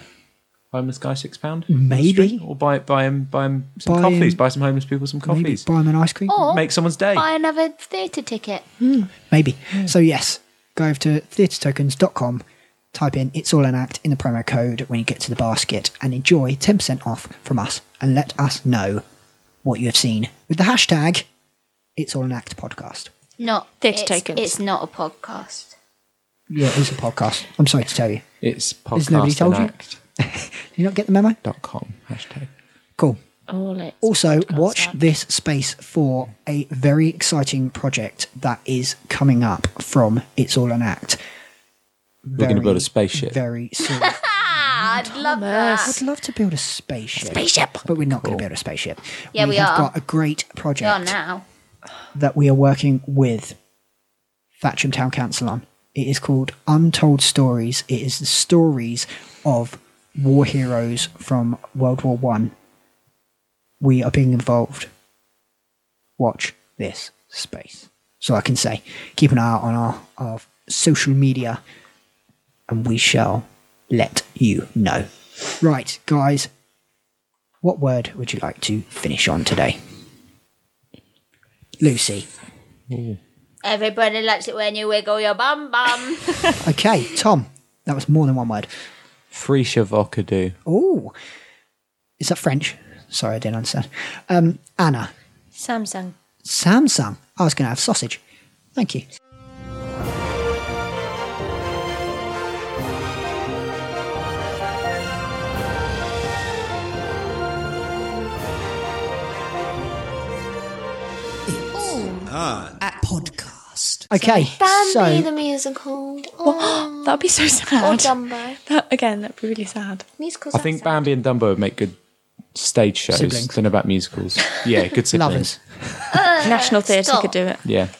[SPEAKER 2] homeless guy six pound.
[SPEAKER 1] Maybe.
[SPEAKER 2] Or buy buy him buy him some
[SPEAKER 1] Buy
[SPEAKER 2] coffees.
[SPEAKER 1] him-
[SPEAKER 2] buy some homeless people some
[SPEAKER 1] Maybe
[SPEAKER 2] coffees.
[SPEAKER 1] buy them an ice cream.
[SPEAKER 3] Or
[SPEAKER 2] Make someone's day.
[SPEAKER 3] buy another theatre ticket.
[SPEAKER 1] Maybe. So yes, go over to theatretokens.com, type in "It's All an Act" in the promo code when you get to the basket, and enjoy ten percent off from us. And let us know what you have seen with the hashtag "It's All an Act" podcast.
[SPEAKER 3] Not
[SPEAKER 4] Theatre
[SPEAKER 3] it's-
[SPEAKER 4] tokens.
[SPEAKER 3] It's not a podcast.
[SPEAKER 1] Yeah, it is a podcast. I'm sorry to tell you.
[SPEAKER 2] It's
[SPEAKER 1] Has nobody told you?
[SPEAKER 2] podcastandAct.com
[SPEAKER 1] Did you not get the memo?
[SPEAKER 2] hashtag.
[SPEAKER 1] Cool.
[SPEAKER 3] Oh,
[SPEAKER 4] All it.
[SPEAKER 1] Also, watch this space for a very exciting project that is coming up from It's All an Act.
[SPEAKER 2] We're going to build
[SPEAKER 1] Very,
[SPEAKER 2] a spaceship.
[SPEAKER 1] Very soon.
[SPEAKER 3] Ah, I'd love
[SPEAKER 1] I'd
[SPEAKER 3] that.
[SPEAKER 1] love to build a spaceship.
[SPEAKER 3] Spaceship.
[SPEAKER 1] But we're not going to build a spaceship.
[SPEAKER 3] Yeah, we
[SPEAKER 1] have
[SPEAKER 3] are.
[SPEAKER 1] got a great
[SPEAKER 3] We are
[SPEAKER 1] project
[SPEAKER 3] now.
[SPEAKER 1] that we are working with Thatcham Town Council on. It is called Untold Stories. It is the stories of war heroes from World War One. We are being involved. Watch this space. So I can say, keep an eye out on our, our social media, and we shall let you know. Right, guys. What word would you like to finish on today? Lucy.
[SPEAKER 3] Everybody likes it when you wiggle your bum bum.
[SPEAKER 1] Okay, Tom. That was more than one word.
[SPEAKER 2] Free Shavokadu.
[SPEAKER 1] Oh, is that French? Sorry, I didn't understand. Um, Anna,
[SPEAKER 3] Samsung.
[SPEAKER 1] Samsung. I was going to have sausage. Thank you.
[SPEAKER 5] at podcast.
[SPEAKER 1] Okay,
[SPEAKER 3] Bambi the
[SPEAKER 1] so
[SPEAKER 3] musical. Oh,
[SPEAKER 4] That'd be so
[SPEAKER 3] or
[SPEAKER 4] sad.
[SPEAKER 3] Dumbo.
[SPEAKER 4] That, again, that'd be really sad.
[SPEAKER 3] Musicals.
[SPEAKER 2] I
[SPEAKER 3] are
[SPEAKER 2] think
[SPEAKER 3] sad.
[SPEAKER 2] Bambi and Dumbo would make good stage shows.
[SPEAKER 1] Siblings.
[SPEAKER 2] Don't know about musicals. Yeah, good
[SPEAKER 1] lovers.
[SPEAKER 2] siblings.
[SPEAKER 4] National Theatre
[SPEAKER 3] stop.
[SPEAKER 4] could do it.
[SPEAKER 2] Yeah.